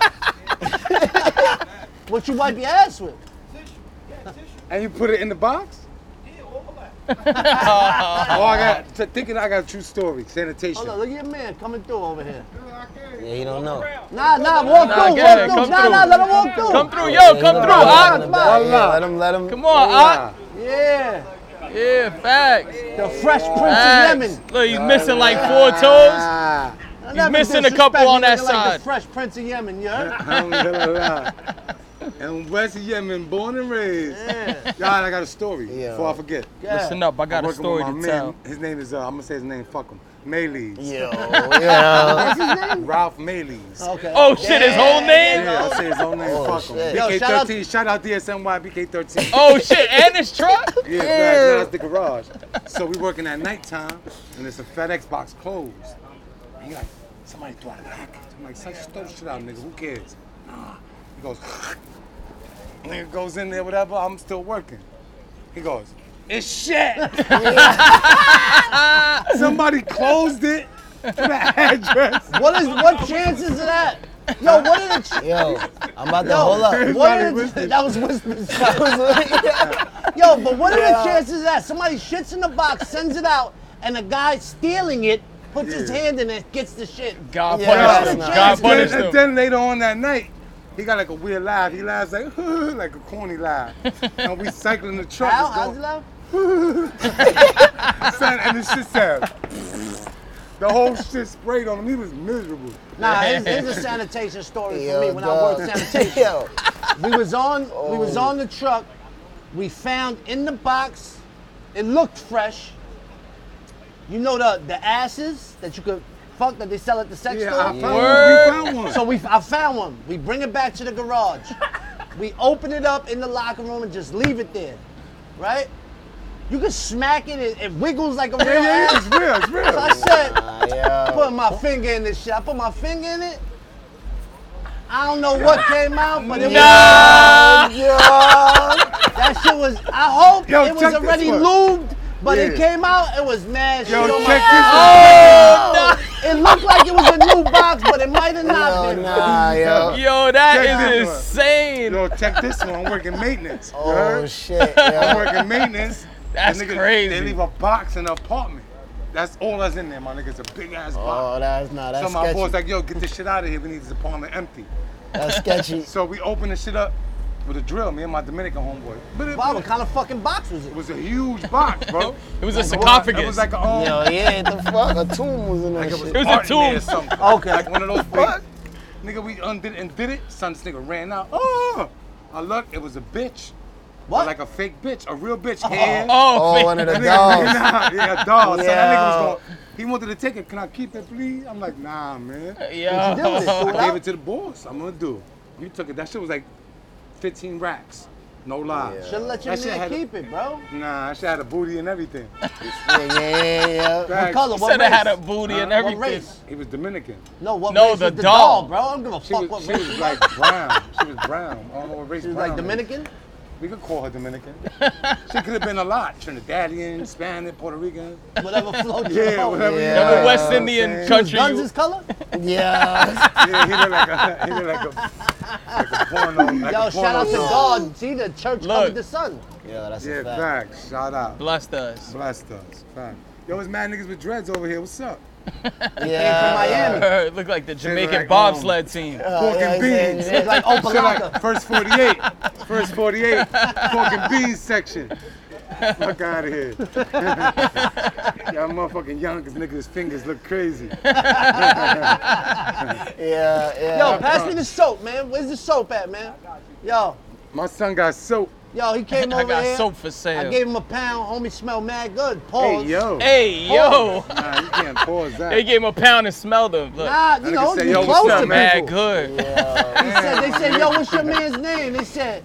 S7: filthy. I couldn't do it, son.
S1: [laughs] What you wipe your ass with?
S7: Tissue. Yeah, tissue.
S5: And you put it in the box?
S7: Yeah, all that.
S5: Oh, I got, t- thinking I got a true story. Sanitation.
S1: Hold on, look at your man coming through over here.
S2: Yeah, you don't know.
S1: Nah, nah, walk
S3: Nah,
S1: through,
S3: get
S1: walk through.
S3: it, come
S1: Nah,
S3: through.
S1: nah, let him walk through.
S3: Come through,
S2: Yeah,
S3: yo,
S2: you
S3: come
S2: don't
S3: through.
S2: know.
S1: ah,
S2: Let him-
S1: come on.
S2: yeah, Let him let him.
S3: Come on, ah.
S1: Yeah,
S3: Yeah, facts.
S1: the fresh prince of
S3: Facts.
S1: Yemen.
S3: Look, he's missing like four toes.
S5: Ah,
S1: I never
S3: missing a
S1: disrespect
S3: couple on
S1: nigga
S3: that
S1: like
S3: side.
S1: The fresh prince of Yemen, you heard?
S2: [laughs]
S5: alhamdulillah. and West Yemen, born and raised.
S1: Yeah.
S5: Y'all, I got a story
S2: Yeah.
S5: before I forget.
S1: Yeah.
S3: Listen up, I got
S5: I'm
S3: a
S5: working
S3: story
S5: with
S3: to
S5: my
S3: tell.
S5: His name is, uh, I'm going to say his name, fuck him. Maylees.
S2: Yo yo.
S5: Ralph Maylees.
S1: Okay.
S3: Oh shit, his whole name?
S5: Yeah, I say his own name.
S2: Oh,
S5: Fuck
S2: shit.
S5: him.
S1: Yo,
S5: BK13.
S1: shout out-
S5: shout out DSNY
S3: [laughs]
S5: BK13.
S3: Oh shit, and his truck?
S5: Yeah, yeah. that's the garage. So we working at nighttime, and it's a FedEx box closed. And he like, somebody threw out a package. I'm like, son, just throw the shit out, nigga. Who cares? Nah. He goes, [laughs] nigga goes in there, whatever. I'm still working. He goes, it's
S3: [laughs]
S5: shit. [laughs] somebody closed it for the address.
S3: [laughs]
S1: What is what chances of that? Yo, what did it?
S5: [laughs]
S2: Yo, I'm about to hold up.
S1: What are the, that was
S2: [laughs]
S1: whispers. [laughs] Yo, but what are the chances of that somebody shits in the box, sends it out, and a guy stealing it puts his hand in it, gets the shit?
S3: God
S2: Yeah,
S3: punished
S2: that's
S3: him.
S2: not-
S3: God
S5: And then-
S3: punished
S5: and
S3: him.
S5: then later on that night, he got like a weird laugh. He laughs like, [laughs] like a
S3: [laughs]
S5: corny laugh. and we cycling the truck.
S1: How?
S5: it's
S1: How's
S5: going-
S1: it out?
S5: son, and the shit sound. The whole shit sprayed on him. He was miserable.
S1: Nah, here's, here's a sanitation story
S5: [laughs]
S1: for me
S2: Yo,
S1: when I
S2: dog.
S1: worked sanitation.
S2: Yo,
S1: We was on we was
S5: Oh.
S1: on the truck. We found in the box, it looked fresh. You know the the asses that you could fuck that they sell at the sex
S5: Yeah,
S1: store.
S5: I found one. We found one.
S1: So we, I found one. We bring it back to the garage. we open it up in the locker room and just leave it there, right? You can smack it. It, it wiggles like a real
S5: yeah, yeah,
S1: ass.
S5: it's real, it's
S1: So I
S5: real.
S1: said,
S2: yo.
S1: put my finger in this shit. I put my finger in it. I don't know what came out, but it was that shit was. I hope
S5: Yo,
S1: it was
S5: check this
S1: already
S5: one.
S1: lubed, but it
S5: Yeah.
S1: came out. It was mad
S5: Yo,
S1: shit Oh. on
S5: check
S1: my.
S5: this
S1: It looked like it was a new box, but it might have not
S2: Yo,
S1: been.
S2: nah, yo.
S3: Yo,
S5: Check
S3: that
S5: this
S3: is
S5: one.
S3: insane.
S5: Yo, check this one. I'm working maintenance. you
S2: Oh
S5: heard?
S2: shit,
S1: [laughs]
S5: I'm
S2: yo.
S5: working maintenance.
S3: That's
S5: The niggas,
S3: crazy.
S5: They leave a box in the apartment. That's all that's in there, my nigga. It's a big ass box.
S2: Oh, that's not.
S5: so
S2: That's
S5: my boy's
S2: sketchy.
S5: like, yo, get this shit out of here. We need this apartment empty.
S2: That's sketchy.
S5: So we open this shit up with a drill, me and my Dominican homeboy. But it,
S1: Wow, what kind of fucking box was it?
S5: it was a huge box, bro.
S3: It was a
S5: My boy,
S3: sarcophagus.
S5: It was like a um,
S2: Yo, yeah, the fuck? A tomb was in that shit.
S3: was a
S5: art in there or
S3: tomb.
S5: something.
S1: Okay.
S5: Like one of those things. Nigga, we undid it and did it. Son, this nigga ran out. Oh! I look, it was a bitch.
S1: What?
S5: Like a fake bitch, a real bitch. Hair.
S3: Oh,
S2: Oh,
S3: man.
S2: one of the
S5: That nigga- [laughs]
S2: dogs.
S5: Nah, yeah, dog. So that nigga
S2: Yo.
S5: was going, he wanted to take it. Can I keep it, please? I'm like, nah, man.
S1: What you
S3: [laughs] Yo.
S1: doing?
S5: I gave it to the boss. I'm gonna do. it. You took it. That shit was like 15
S1: Oh,
S5: racks. No lie.
S1: Should let your
S5: That shit
S1: man
S5: had a-
S1: keep it, bro.
S5: Nah, that shit had a booty and everything.
S2: Yeah, yeah, yeah.
S5: Facts.
S1: color?
S3: He
S1: What
S3: said it
S1: race?
S3: had a booty and
S1: What
S3: everything.
S1: race?
S5: He was Dominican.
S1: No, what
S3: No,
S1: race?
S3: the
S1: was the doll,
S3: doll.
S1: bro. I don't give a
S5: She
S1: fuck
S5: was,
S1: what
S5: she
S1: race.
S5: was like brown. She was brown. I don't know what race
S1: She was
S5: brown
S1: like
S5: is.
S1: Dominican.
S5: We could call her Dominican. she could have been a lot. Trinidadian, Spanish, Puerto Rican.
S1: Whatever floats your
S5: Yeah,
S1: boat.
S5: whatever. you
S2: Yeah.
S5: like.
S3: That
S2: Uh,
S3: West
S5: You know
S3: Indian
S5: what I'm saying?
S3: country.
S1: Guns is color?
S2: Yeah.
S5: Yeah, he looked like a, he looked like a, like a porno. Like
S1: Yo,
S5: a
S1: shout out to
S5: porno
S1: God. See, the church
S3: Look.
S1: covered the
S3: [laughs]
S1: sun.
S2: Yo, that's
S5: star.
S2: a
S5: Yeah,
S2: fact.
S5: facts. Shout out.
S3: Blessed us. [laughs]
S5: Blessed us. Fact. Yo, it's mad niggas with dreads over here. What's up?
S2: Yeah.
S1: Miami.
S3: It looked like the Jamaican
S5: like,
S3: bobsled team.
S1: Oh,
S5: Pork
S2: yeah,
S5: and
S2: yeah,
S5: beans.
S1: It's like oh,
S5: Shit like
S1: Opalaka.
S5: first 48. First 48. Pork and beans section. Fuck out of here. [laughs] Y'all motherfucking young cause niggas' fingers look crazy.
S2: Yeah, yeah.
S1: Yo, pass me the soap, man. Where's the soap at, man? Yo,
S5: My son got soap.
S1: yo, he came
S3: I
S1: over
S3: got
S1: here.
S3: soap for
S1: I
S3: sale.
S5: [laughs]
S1: gave him a pound. Homie smell mad good. Pause.
S5: Hey, yo.
S3: Hey, yo.
S5: Nah, you can't pause that.
S3: They gave him a pound and smelled him. Look.
S1: Nah, Ah, you
S5: nigga
S1: know,
S5: said,
S1: you
S5: "Yo, what's
S1: close
S5: up,
S1: to
S5: man?"
S3: Mad
S1: people.
S3: good.
S1: He said, they said, yo, what's your man's name? They said,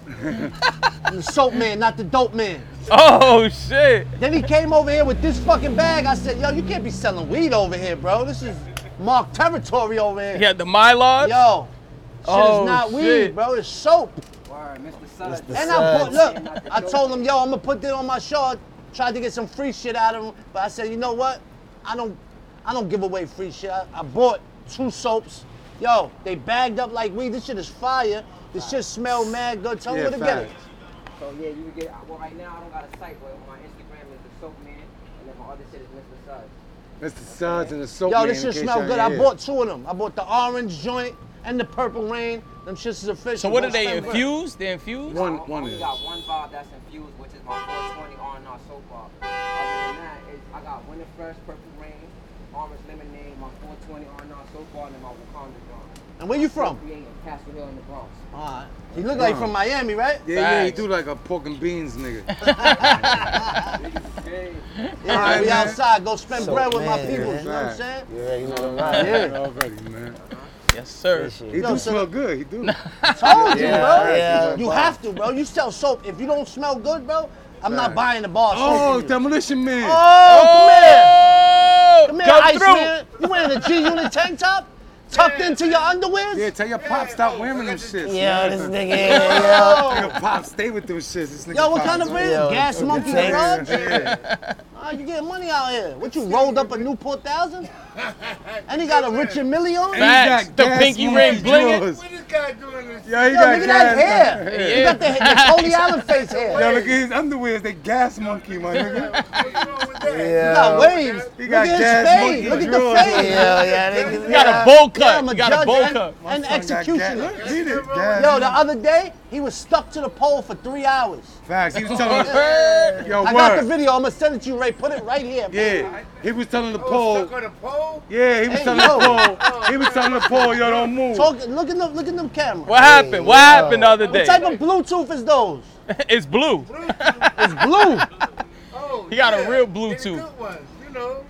S1: I'm the soap man, not the dope man.
S3: [laughs] Oh shit.
S1: Then he came over here with this fucking bag. I said, yo, you can't be selling weed over here, bro. This is marked territory over here.
S3: He had the Mylars.
S1: Yo, shit
S3: Oh,
S1: is not
S3: shit.
S1: weed, bro. It's soap. And I put,
S2: Suds.
S1: look, I told him, yo, I'm gonna put that on my shirt. Tried to get some free shit out of him, but I said, you know what? I don't, I don't give away free shit. I, I bought two soaps. Yo, they bagged up like weed. This shit is fire. This shit smell mad good. Tell me
S5: Yeah,
S1: where to get it.
S5: facts.
S8: So yeah, you would get. Well, right now I don't got a site, but my Instagram is the Soap Man, and then my other shit is Mr. Suds.
S5: That's the suds and the soap.
S1: Yo,
S5: man,
S1: this
S5: in
S1: shit
S5: case
S1: smell
S5: y'all-
S1: good.
S5: yeah,
S1: I
S5: yeah.
S1: bought two of them. I bought the orange joint and the purple rain. Them shits is official.
S3: So what
S1: Both
S3: did they
S1: smell good.
S3: infuse? They infused?
S5: One,
S8: I
S5: one
S8: only
S5: is.
S8: got one vibe that's infused, which is my 420 R&R soap bar. Other than that, it's, I got Winter Fresh, Purple Rain, Orange Lemonade, my 420 R&R soap bar, and then my Wakanda Dawn.
S1: And where you from?
S8: Creating Castle Hill in the Bronx.
S1: All right. You look like you from Miami, right?
S5: Yeah, yeah, you
S3: Facts.
S5: do like a pork and beans
S2: [laughs]
S5: nigga.
S1: Yeah,
S5: All right,
S1: we
S5: man.
S1: outside. Go spend
S2: Soap
S1: bread with my
S2: man,
S1: people. You
S2: man.
S1: know what I'm saying?
S2: You already know the vibe.
S5: yeah. Already, man.
S3: Yes, sir.
S5: He
S1: Yo,
S5: do
S1: so-
S5: smell good. He
S1: [laughs]
S5: do.
S1: told you,
S2: Yeah,
S1: bro.
S2: yeah.
S1: You have to, bro. You sell soap. If you don't smell good, bro, I'm not buying the bar.
S5: Oh,
S1: Oh,
S5: demolition man.
S1: oh, come here. Come here,
S3: Oh, come
S1: Ice
S3: through.
S5: [laughs]
S1: Man. You wearing a G Unit tank top? tucked into your underwears?
S5: Yeah, tell your pop stop wearing them shits.
S2: Yo,
S5: man.
S2: this nigga.
S5: Your pop stay with them shits. This nigga
S1: Oh. Yo, what
S5: pop
S1: kind of
S5: do.
S1: brand?
S2: Yo,
S1: Gas
S2: fucking
S1: monkey
S2: take it.
S1: garage?
S5: Yeah.
S1: Ah, you getting money out here? What you rolled up a Newport thousand? And he got a Richard Millie on?
S3: Fact. Facts.
S5: He got
S3: The
S5: gas
S3: pinky
S5: monkey
S3: ring blinging.
S5: drawers.
S7: What is guy doing this?
S5: Yo, he
S1: Yo,
S5: got
S1: look at that
S5: gas.
S1: hair. You got the, the Tony Allen face hair.
S5: Yo, look at his underwear. They gas monkey, my nigga.
S7: What's wrong with that?
S1: He
S2: Yeah.
S1: got waves.
S5: He
S1: Look
S5: got gas
S1: at his
S5: monkey
S1: fade. Look at
S5: drawers.
S1: the fade.
S2: Yeah, yeah, niggas.
S3: You got a bowl cut.
S1: I'm a
S3: you got a
S1: judge
S3: bowl
S1: and-
S3: cut.
S1: And
S5: Look,
S1: executioner.
S5: he did gas.
S1: Yo, the other day, he was stuck to the pole for three hours.
S5: Facts.
S1: [laughs]
S5: He was telling us. Yo,
S1: I got the
S5: word.
S1: video. I'm going to send it to you, Ray. Put it right here. man.
S5: Yeah, he was telling the
S7: Oh,
S5: pole.
S7: stuck on a pole?
S5: Yeah, he was
S1: Hey,
S5: telling
S1: yo.
S5: the pole. He was telling the pole, yo, don't move.
S1: Talk, look at them, look at them cameras.
S3: What happened? What happened the other
S1: What
S3: day?
S1: type of Bluetooth is those?
S3: it's blue.
S1: It's blue.
S7: Oh,
S3: He got a
S7: yeah.
S3: real
S7: They
S3: Bluetooth.
S7: The good ones, you know.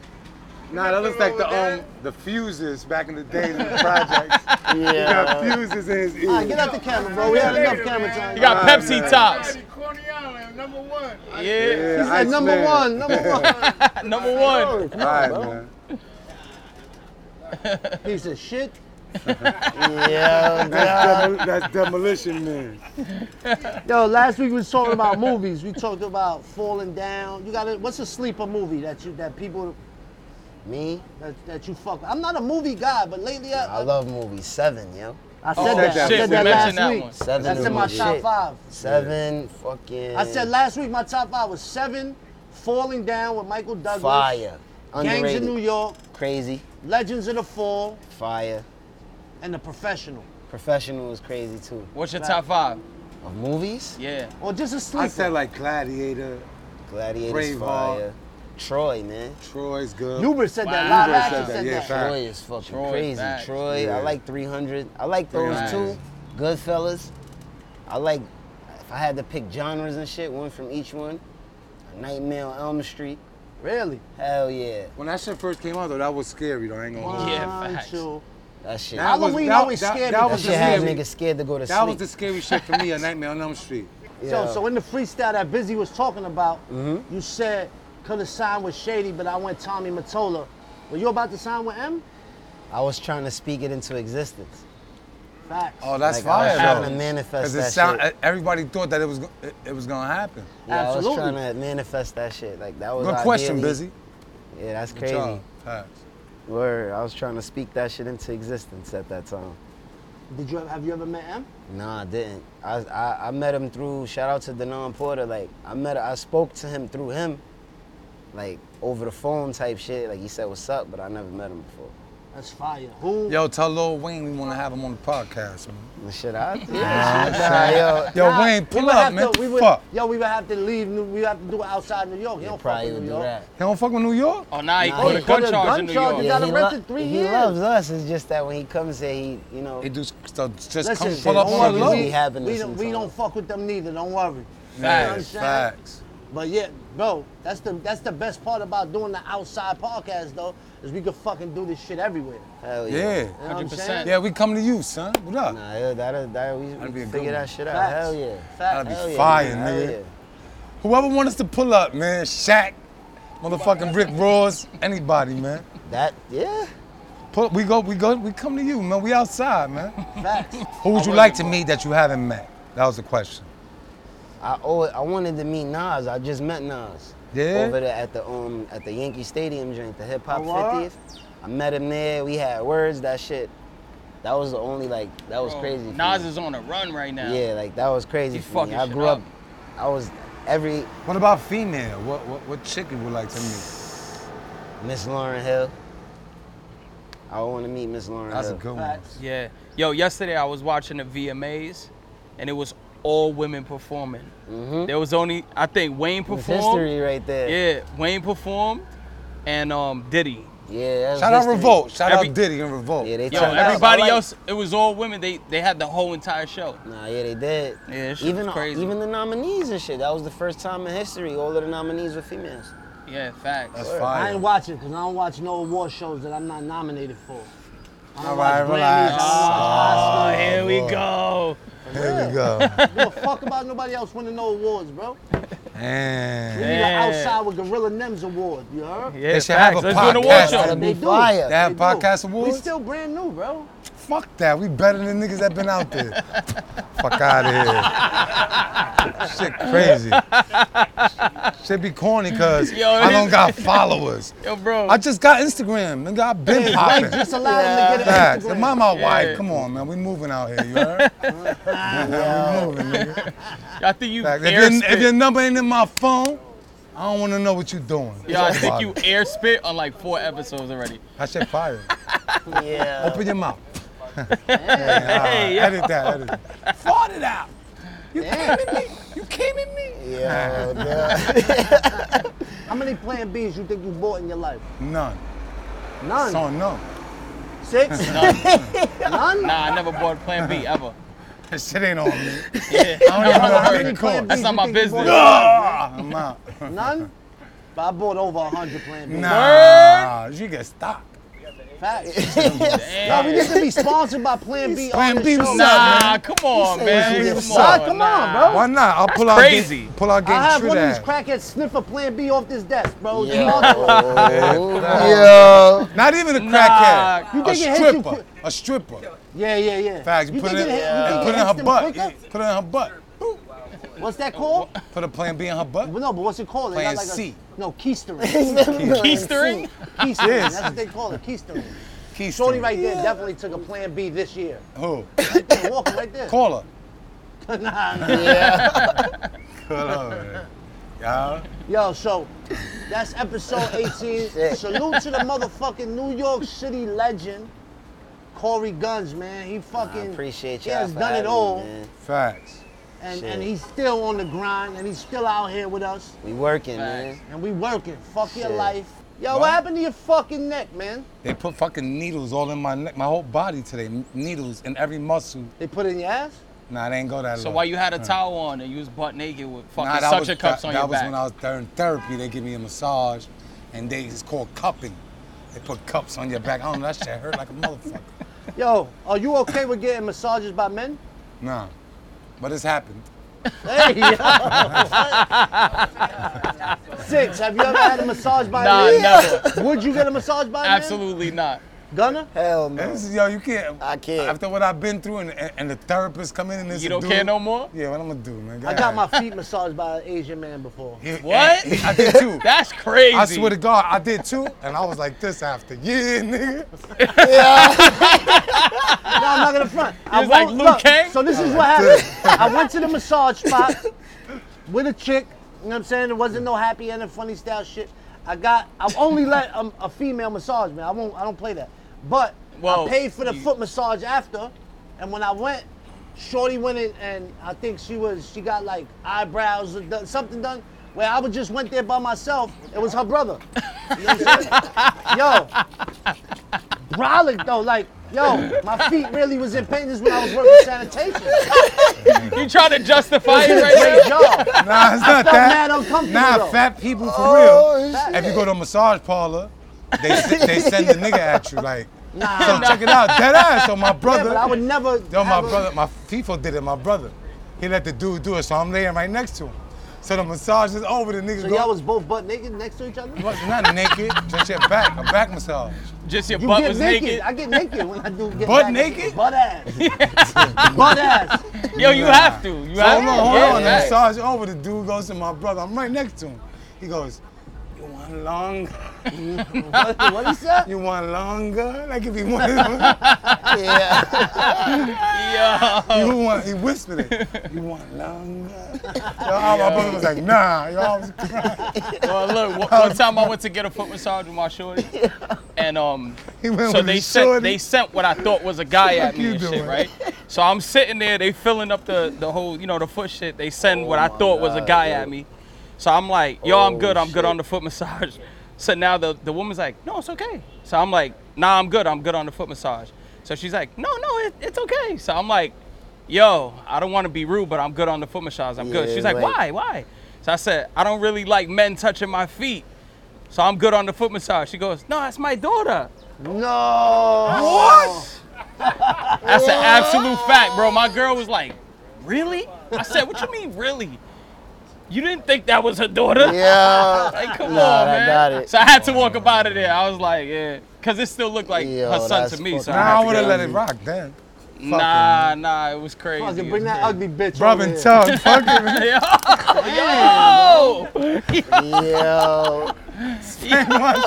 S5: Nah, that looks like the um the fuses back in the day in the [laughs] projects. He got fuses in his ears.
S1: All right, Uh, Ah, get out the camera, bro. We had enough camera
S3: You
S1: time.
S3: got
S5: Ah,
S3: Pepsi
S5: man.
S3: tops.
S7: Coney Island, number one. I
S3: Yeah,
S5: Yeah,
S1: He said
S5: Ice
S1: number
S5: Man.
S1: one, number one. [laughs]
S3: number one.
S5: All right, man.
S1: Piece of shit. [laughs]
S2: Yeah,
S5: That's, demol- that's demolition man.
S1: Yo, last week we was talking about movies. We talked about falling down. You got to What's a sleeper movie that you that people
S2: Me,
S1: that, that you fuck? with? I'm not a movie guy, but lately I,
S2: I love movie seven, yo.
S1: I said
S3: Oh,
S1: that.
S5: shit,
S1: I said
S5: we
S1: that last
S3: mentioned that
S1: week.
S3: one.
S2: Seven
S1: That's
S2: is
S1: in my
S2: my
S1: top
S2: shit.
S1: five.
S2: Seven, fucking.
S1: I said last week my top five was seven, falling down with Michael Douglas,
S2: fire.
S1: Gangs
S2: Underrated.
S1: in New York,
S2: Crazy.
S1: Legends of the Fall,
S2: Fire.
S1: and The Professional,
S2: Professional is crazy too.
S3: What's your top five?
S2: Of movies,
S3: Yeah.
S1: or just a
S5: I
S1: sleeper.
S5: said like Gladiator,
S2: Gladiator's
S5: Braveheart.
S2: fire. Troy, man.
S5: Troy's good.
S1: Uber said that.
S3: Wow.
S1: Live
S5: Uber
S1: action
S5: said that,
S1: said
S5: yeah,
S1: that.
S5: fact.
S2: Troy is fucking
S3: Troy,
S2: crazy.
S3: facts.
S2: Troy,
S5: Yeah.
S2: I like 300. I like those
S5: 300.
S2: two. Goodfellas. I like, if I had to pick genres and shit, one from each one. Nightmare on Elm Street.
S1: Really?
S2: Hell yeah.
S5: When that shit first came out though, that was scary though. I ain't gonna hold you.
S3: Yeah,
S1: One,
S3: facts.
S1: two.
S2: That shit.
S5: That was-
S1: Halloween
S5: that-
S1: always
S5: that-
S1: scared
S5: that
S1: me.
S2: that
S5: was
S2: shit
S5: the
S2: had
S5: scary-
S2: niggas scared to go to
S5: That was
S2: sleep.
S5: the scary shit for me. A Nightmare on Elm Street.
S1: So,
S2: Yeah.
S1: so in the freestyle that Busy was talking about, you said could have signed with Shady, but I went Tommy Matola. Were you about to sign with M?
S2: I was trying to speak it into existence.
S1: Facts.
S5: Oh, that's
S2: Like, I
S5: fire
S2: was trying
S5: though.
S2: to manifest
S5: 'Cause
S2: that
S5: it sound, e,
S2: shit.
S5: everybody thought that it was go- it, it was gonna happen.
S2: Yeah,
S1: Absolutely.
S2: I was trying to manifest that shit. Like that was
S5: Good question,
S2: ideally-
S5: Busy.
S2: Yeah, that's
S5: Good
S2: crazy.
S5: job. Facts.
S2: Word. I was trying to speak that shit into existence at that time.
S1: Did you have you ever met M?
S2: Nah, I didn't. I, I I met him through. Shout out to Denon Porter. Like I met. I spoke to him through him, like over the phone type shit. Like he said, "What's up?" But I never met him before.
S1: That's fire. Who?
S5: Yo, tell Lil Wayne we want to have him on the podcast, man.
S2: And shit, I [laughs] yeah, nah, yo,
S5: Yo,
S1: Nah,
S5: Wayne,
S1: we
S5: pull
S1: would
S5: up,
S1: have
S5: man.
S1: To, we would,
S5: fuck.
S1: Yo, we would have to leave. New- We have to do it outside New York. He
S2: He
S1: don't fuck
S2: probably
S1: with
S2: would
S1: New
S2: do
S1: York.
S2: that.
S5: He don't fuck with New York.
S3: Oh, now he
S2: Nah,
S3: put
S2: he
S3: a gun
S1: put a
S3: charge
S1: gun
S3: in New
S2: Oh,
S1: charge, you
S3: York.
S1: got
S2: he,
S1: arrested three
S2: he
S1: years.
S2: loves us. It's just that when he comes here, he you know
S5: He do so just
S1: Listen,
S5: come pull up
S1: don't
S5: on
S1: worry,
S2: motherfuckers
S5: Lil.
S2: be
S1: we,
S2: having
S1: we
S2: this
S1: don't, we
S2: sometime.
S1: don't fuck with them neither. Don't worry.
S5: Yeah,
S3: Facts.
S5: Facts.
S1: But yeah, bro, that's the that's the best part about doing the outside podcast though, is we could fucking do this shit everywhere.
S2: hell yeah.
S5: Yeah.
S1: You know what I'm
S3: 100%.
S1: saying?
S5: Yeah, we come to you, son. What up?
S2: Nah, yo, that that we
S5: That'd be a good
S2: figure
S5: one.
S2: that shit out.
S1: Facts.
S2: Hell yeah.
S1: Facts.
S5: That'd be
S2: Hell yeah,
S5: fire,
S2: man. Hell
S5: nigga.
S2: yeah.
S5: Whoever wants us to pull up, man, Shaq, motherfucking Rick Ross, anybody, man.
S2: That yeah.
S5: Pull, we go, we go, we come to you, man. We outside, man.
S1: Facts.
S5: Who would you like to meet that you haven't met? That was the question.
S2: I always, I wanted to meet Nas. I just met Nas.
S5: Yeah?
S2: Over there at the um at the Yankee Stadium joint, the hip hop
S1: Oh, what?
S2: fiftieth. I met him there. We had words. That shit. That was the only like that was
S3: Bro,
S2: crazy. for
S3: Nas
S2: me.
S3: is on a run right now.
S2: Yeah, like that was crazy
S3: He
S2: for me.
S3: fucking
S2: I
S3: shit
S2: grew
S3: up.
S2: up. I was every
S5: What about female? What what, what chick you would like to meet?
S2: Miss Lauren Hill. I want to meet Miss Lauren
S5: That's a
S2: Hill.
S5: good one.
S1: Facts.
S3: Yeah. Yo, yesterday I was watching the VMAs, and it was all women performing. There was only I think Wayne
S2: It's
S3: performed.
S2: history right there.
S3: Yeah, Wayne performed, and um Diddy.
S2: Yeah. that was
S5: Shout out
S2: history.
S5: Revolt. Shout
S3: Every-
S5: out Diddy and Revolt.
S2: Yeah, they
S3: Yo,
S2: turned up. I
S3: everybody
S2: like-
S3: else, it was all women. They they had the whole entire show.
S2: Nah, yeah, they did.
S3: Yeah, that shit
S2: even
S3: was crazy.
S2: even the nominees and shit. That was the first time in history all of the nominees were females.
S3: Yeah, facts.
S5: That's
S1: I ain't
S5: fire.
S1: watching because I don't watch no award shows that I'm not nominated for. I don't
S5: All
S1: watch
S5: right, relax.
S1: Grammys, I don't watch
S3: Ah, Here we go.
S5: There we go.
S1: Oscars. Give a fuck about nobody else winning no awards, bro.
S5: And
S1: We
S3: Yeah.
S1: need an outside with Gorilla Nems award, you heard?
S3: Yeah,
S5: They should have
S3: facts.
S5: a
S3: Let's do an award
S5: podcast.
S3: show.
S2: That'd be
S1: They do.
S2: fire.
S5: They have
S1: do.
S5: podcast
S1: We
S5: awards?
S1: still brand new, bro.
S5: Fuck that. We better than niggas that been out there. Fuck out of here. Shit crazy. Shit be corny because
S3: Yo,
S5: I don't
S3: this-
S5: got followers.
S3: Yo, bro.
S5: I just got Instagram. Nigga, I've been popping.
S1: Just allow them to get an
S5: Facts.
S1: Instagram.
S5: And my, my
S3: Yeah.
S5: wife, come on, man. We moving out here, you heard? yeah, we moving, nigga.
S3: I think you
S5: Facts.
S3: air
S5: If, your, if
S3: spit.
S5: your number ain't in my phone, I don't want to know what you doing.
S3: Yo, I think you air spit on like four episodes already.
S5: That
S3: [laughs]
S5: shit fire.
S1: [laughs] Yeah.
S5: Open your mouth. [laughs]
S3: Hey, yo.
S5: Edit that, edit that.
S6: Fart it out.
S2: Yeah, yeah.
S1: How many Plan Bs you think you bought in your life?
S5: None.
S1: None.
S5: So no. [laughs]
S1: Six. None.
S3: Nah, I never bought Plan B ever.
S5: That shit ain't on me.
S3: [laughs] Yeah.
S5: I don't even know how
S1: How
S5: many
S1: many Plan
S3: That's
S5: calls.
S1: Bs
S3: not
S1: you
S3: my
S1: think you bought?
S3: business.
S5: I'm out.
S1: None. But I bought over hundred Plan Bs.
S5: Nah, you get stopped. [laughs]
S1: Facts.
S3: Damn.
S1: Yo, we need to be sponsored by Plan B.
S5: Plan
S1: on this
S5: B,
S1: show.
S5: what's up?
S3: Nah,
S5: man.
S3: come on, man.
S5: you
S3: Come
S5: suck.
S3: on,
S1: Come
S3: nah.
S1: on, bro.
S5: Why not? I'll pull out
S3: crazy.
S5: Game, pull out game
S1: I have
S5: true
S1: one of
S5: that.
S1: these crackheads sniff a Plan B off this desk, bro.
S2: Oh, Yo.
S5: Not even a crackhead.
S3: Nah.
S1: You
S5: a
S1: think it hits you
S5: stripper.
S1: quick?
S5: A stripper.
S1: Yeah, yeah, yeah.
S5: Facts.
S1: You
S5: put it
S1: think
S5: in,
S1: hit- you
S5: and
S1: think
S5: put it in
S1: hits
S5: her
S1: them
S5: butt.
S1: quicker?
S5: Put it in her butt.
S1: What's that called?
S5: Put a plan B in her butt.
S1: Well, no, but what's it called? They
S5: Plan
S1: got like
S5: C.
S1: A, no, keystering.
S3: Keystering?
S1: keystering. That's what they call it, keystering.
S5: Keystone.
S1: Shorty right there definitely took a Plan B this year.
S5: Who?
S1: They're walking right there.
S5: Call
S1: [laughs]
S5: her.
S1: nah, nah.
S5: Call her. Y'all.
S1: Yo, so that's episode 18. Salute to the motherfucking New York City legend, Corey Guns, man. He
S2: I
S1: fucking
S2: appreciate
S1: he
S2: y'all.
S1: has
S2: for
S1: done it
S2: having me,
S1: all,
S2: man.
S5: Facts.
S1: and,
S2: Shit.
S1: and he's still on the grind, and he's still out here with us,
S2: We working,
S3: Facts.
S2: man.
S1: and we working. Fuck your
S2: Shit.
S1: life. Yo, what?
S5: What?
S1: happened to your fucking neck, man?
S5: They put fucking needles all in my neck, my whole body today. N- Needles in every muscle.
S1: They put it in your ass?
S5: Nah, they ain't go that
S3: So
S5: low.
S3: while you had a towel on and you was butt naked with fucking
S5: Nah, that
S3: suction
S5: was,
S3: cups
S5: that,
S3: on
S5: that
S3: your
S5: was
S3: back.
S5: when I was there in therapy. They give me a massage, and they it's called cupping. They put cups on your back. I don't know. That shit hurt like a motherfucker.
S1: Yo, are you okay with getting massages by men?
S5: Nah, but it's happened.
S1: Hey, yo. Six, have you ever had a massage by
S3: Nah,
S1: a man?
S3: never.
S1: Would you get a massage by a man?
S3: Absolutely not.
S1: Gunner?
S2: Hell
S5: And
S2: no.
S5: this is yo, you can't.
S2: I can't.
S5: After what I've been through, and, and, and the therapist come in and this.
S3: You don't
S5: dude-
S3: care no more?
S5: Yeah, what I'm gonna do, man? Go
S1: I got
S5: ahead.
S1: my feet massaged by an Asian man before.
S5: He-
S3: What?
S5: and- [laughs] I did too.
S3: That's crazy.
S5: I swear to God, I did too, and I was like this after. Yeah,
S1: [laughs]
S5: nigga.
S1: No, I'm not gonna front. I
S3: was like
S1: won't-
S3: Liu Kang?
S1: So this is what happened. I went to the massage spot with a chick. You know what I'm saying? There wasn't no happy ending, funny style shit. I got. I only let um, a female massage me. I won't. I don't play that. But
S3: Well,
S1: I paid for the
S3: you-
S1: foot massage after, and when I went, Shorty went in, and I think she was. She got like eyebrows or done, something done. Where I would just went there by myself. It was her brother. You know what I'm saying? Yo, brolic though. Like, yo, my feet really was in pain. This is when I was working sanitation.
S3: You trying to justify it
S5: [laughs]
S3: right
S1: Great
S3: now?
S1: job.
S5: Nah, it's not
S1: felt
S5: that.
S1: mad uncomfortable,
S5: nah,
S1: though.
S5: fat people for real.
S2: Oh, shit.
S5: If you go to a massage parlor, they se- they send the nigga at you like. So check it out, dead ass. So my
S1: Yeah,
S5: brother,
S1: but I would never.
S5: yo, my
S1: have a-
S5: brother, my FIFO did it. My brother, he let the dude do it. So I'm laying right next to him. So the massage is over. The nigga
S1: So
S5: go.
S1: y'all was both butt naked next to each other.
S5: What? [laughs] not naked. Just your back, a back massage.
S3: Just your
S1: You
S3: butt
S1: get
S3: was
S1: naked.
S3: naked.
S1: I get naked when I do get
S5: Butt
S1: back.
S5: naked?
S1: Butt ass.
S5: [laughs]
S1: butt ass.
S3: Yo, you have to. You have
S5: Hold
S3: to.
S5: on, hold
S3: Yeah,
S5: on. The
S3: facts.
S5: massage over. The dude goes to my brother. I'm right next to him. He goes, "You want long?
S1: What, what he said?
S5: You want longer? Like if he wanted."
S3: [laughs]
S2: [laughs] Yeah.
S5: You want, he whispered it. You want longer? Yo, all my brother was like, nah. Yo, I was crying. [laughs]
S3: Well, look,
S1: [laughs]
S3: one, one time I went to get a foot massage with my shorty, and um,
S5: He went
S3: so
S5: with
S3: they
S5: his
S3: sent
S5: shorty.
S3: they sent what I thought was a guy at
S5: you
S3: me and shit,
S5: doing?
S3: right? So I'm sitting there, they filling up the the whole, you know, the foot shit. They send what I thought was a guy at me, so I'm like, yo, I'm good, I'm good on the foot massage. [laughs] So now the the woman's like, no, it's okay. So I'm like, nah, I'm good, I'm good on the foot massage. So she's like, no, no, it, it's okay. So I'm like, yo, I don't want to be rude, but I'm good on the foot massage. I'm good.
S2: Yeah,
S3: She's like,
S2: like-
S3: why, why? So I said, I don't really like men touching my feet. So I'm good on the foot massage. She goes, no, that's my daughter.
S1: No.
S3: That's an absolute fact, bro. My girl was like, really? I said, what you mean, really? You didn't think that was her daughter?
S2: Yeah.
S3: Like, come
S2: Nah,
S3: on,
S2: I
S3: man.
S2: got it.
S3: So I had to walk up out of there. I was like, yeah. Cause it still looked like
S2: Yo,
S3: her son
S2: that's
S3: to me. So
S2: fucking-
S5: Nah, I
S3: I
S5: would have
S3: had
S5: let it rock then.
S3: to go. Nah, nah, it was crazy.
S1: Fucking
S3: It
S1: bring
S3: was
S1: that
S3: crazy.
S1: ugly bitch.
S5: Bruv
S1: over
S5: and
S1: here.
S3: [laughs]
S5: Tug, fuck it, man.
S3: Oh,
S2: Yo,
S5: One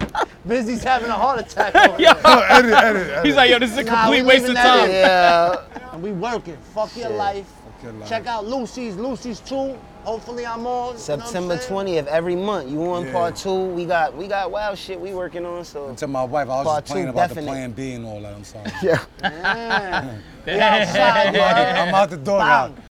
S5: shit.
S1: Busy's having a heart attack. Over
S3: [laughs] Yo.
S1: there.
S5: Edit, edit, edit.
S3: he's like, yo, this is a
S1: Nah, we
S3: complete waste
S1: leaving
S3: of
S1: that
S3: time.
S1: in.
S2: yo.
S1: And we working. Fuck your life.
S5: your life.
S1: Check out Lucy's. Lucy's too. Hopefully I'm on.
S2: September
S1: twentieth.
S2: 20th every month. You on
S5: Yeah.
S2: part two? We got we got wild shit we working on. So
S5: To my wife, I was
S2: Part
S5: just playing
S2: two,
S5: about
S2: definite.
S5: the plan B and all that. I'm sorry.
S2: yeah,
S1: outside,
S5: I'm,
S2: [laughs]
S5: out, I'm out the door. now.
S1: Bang.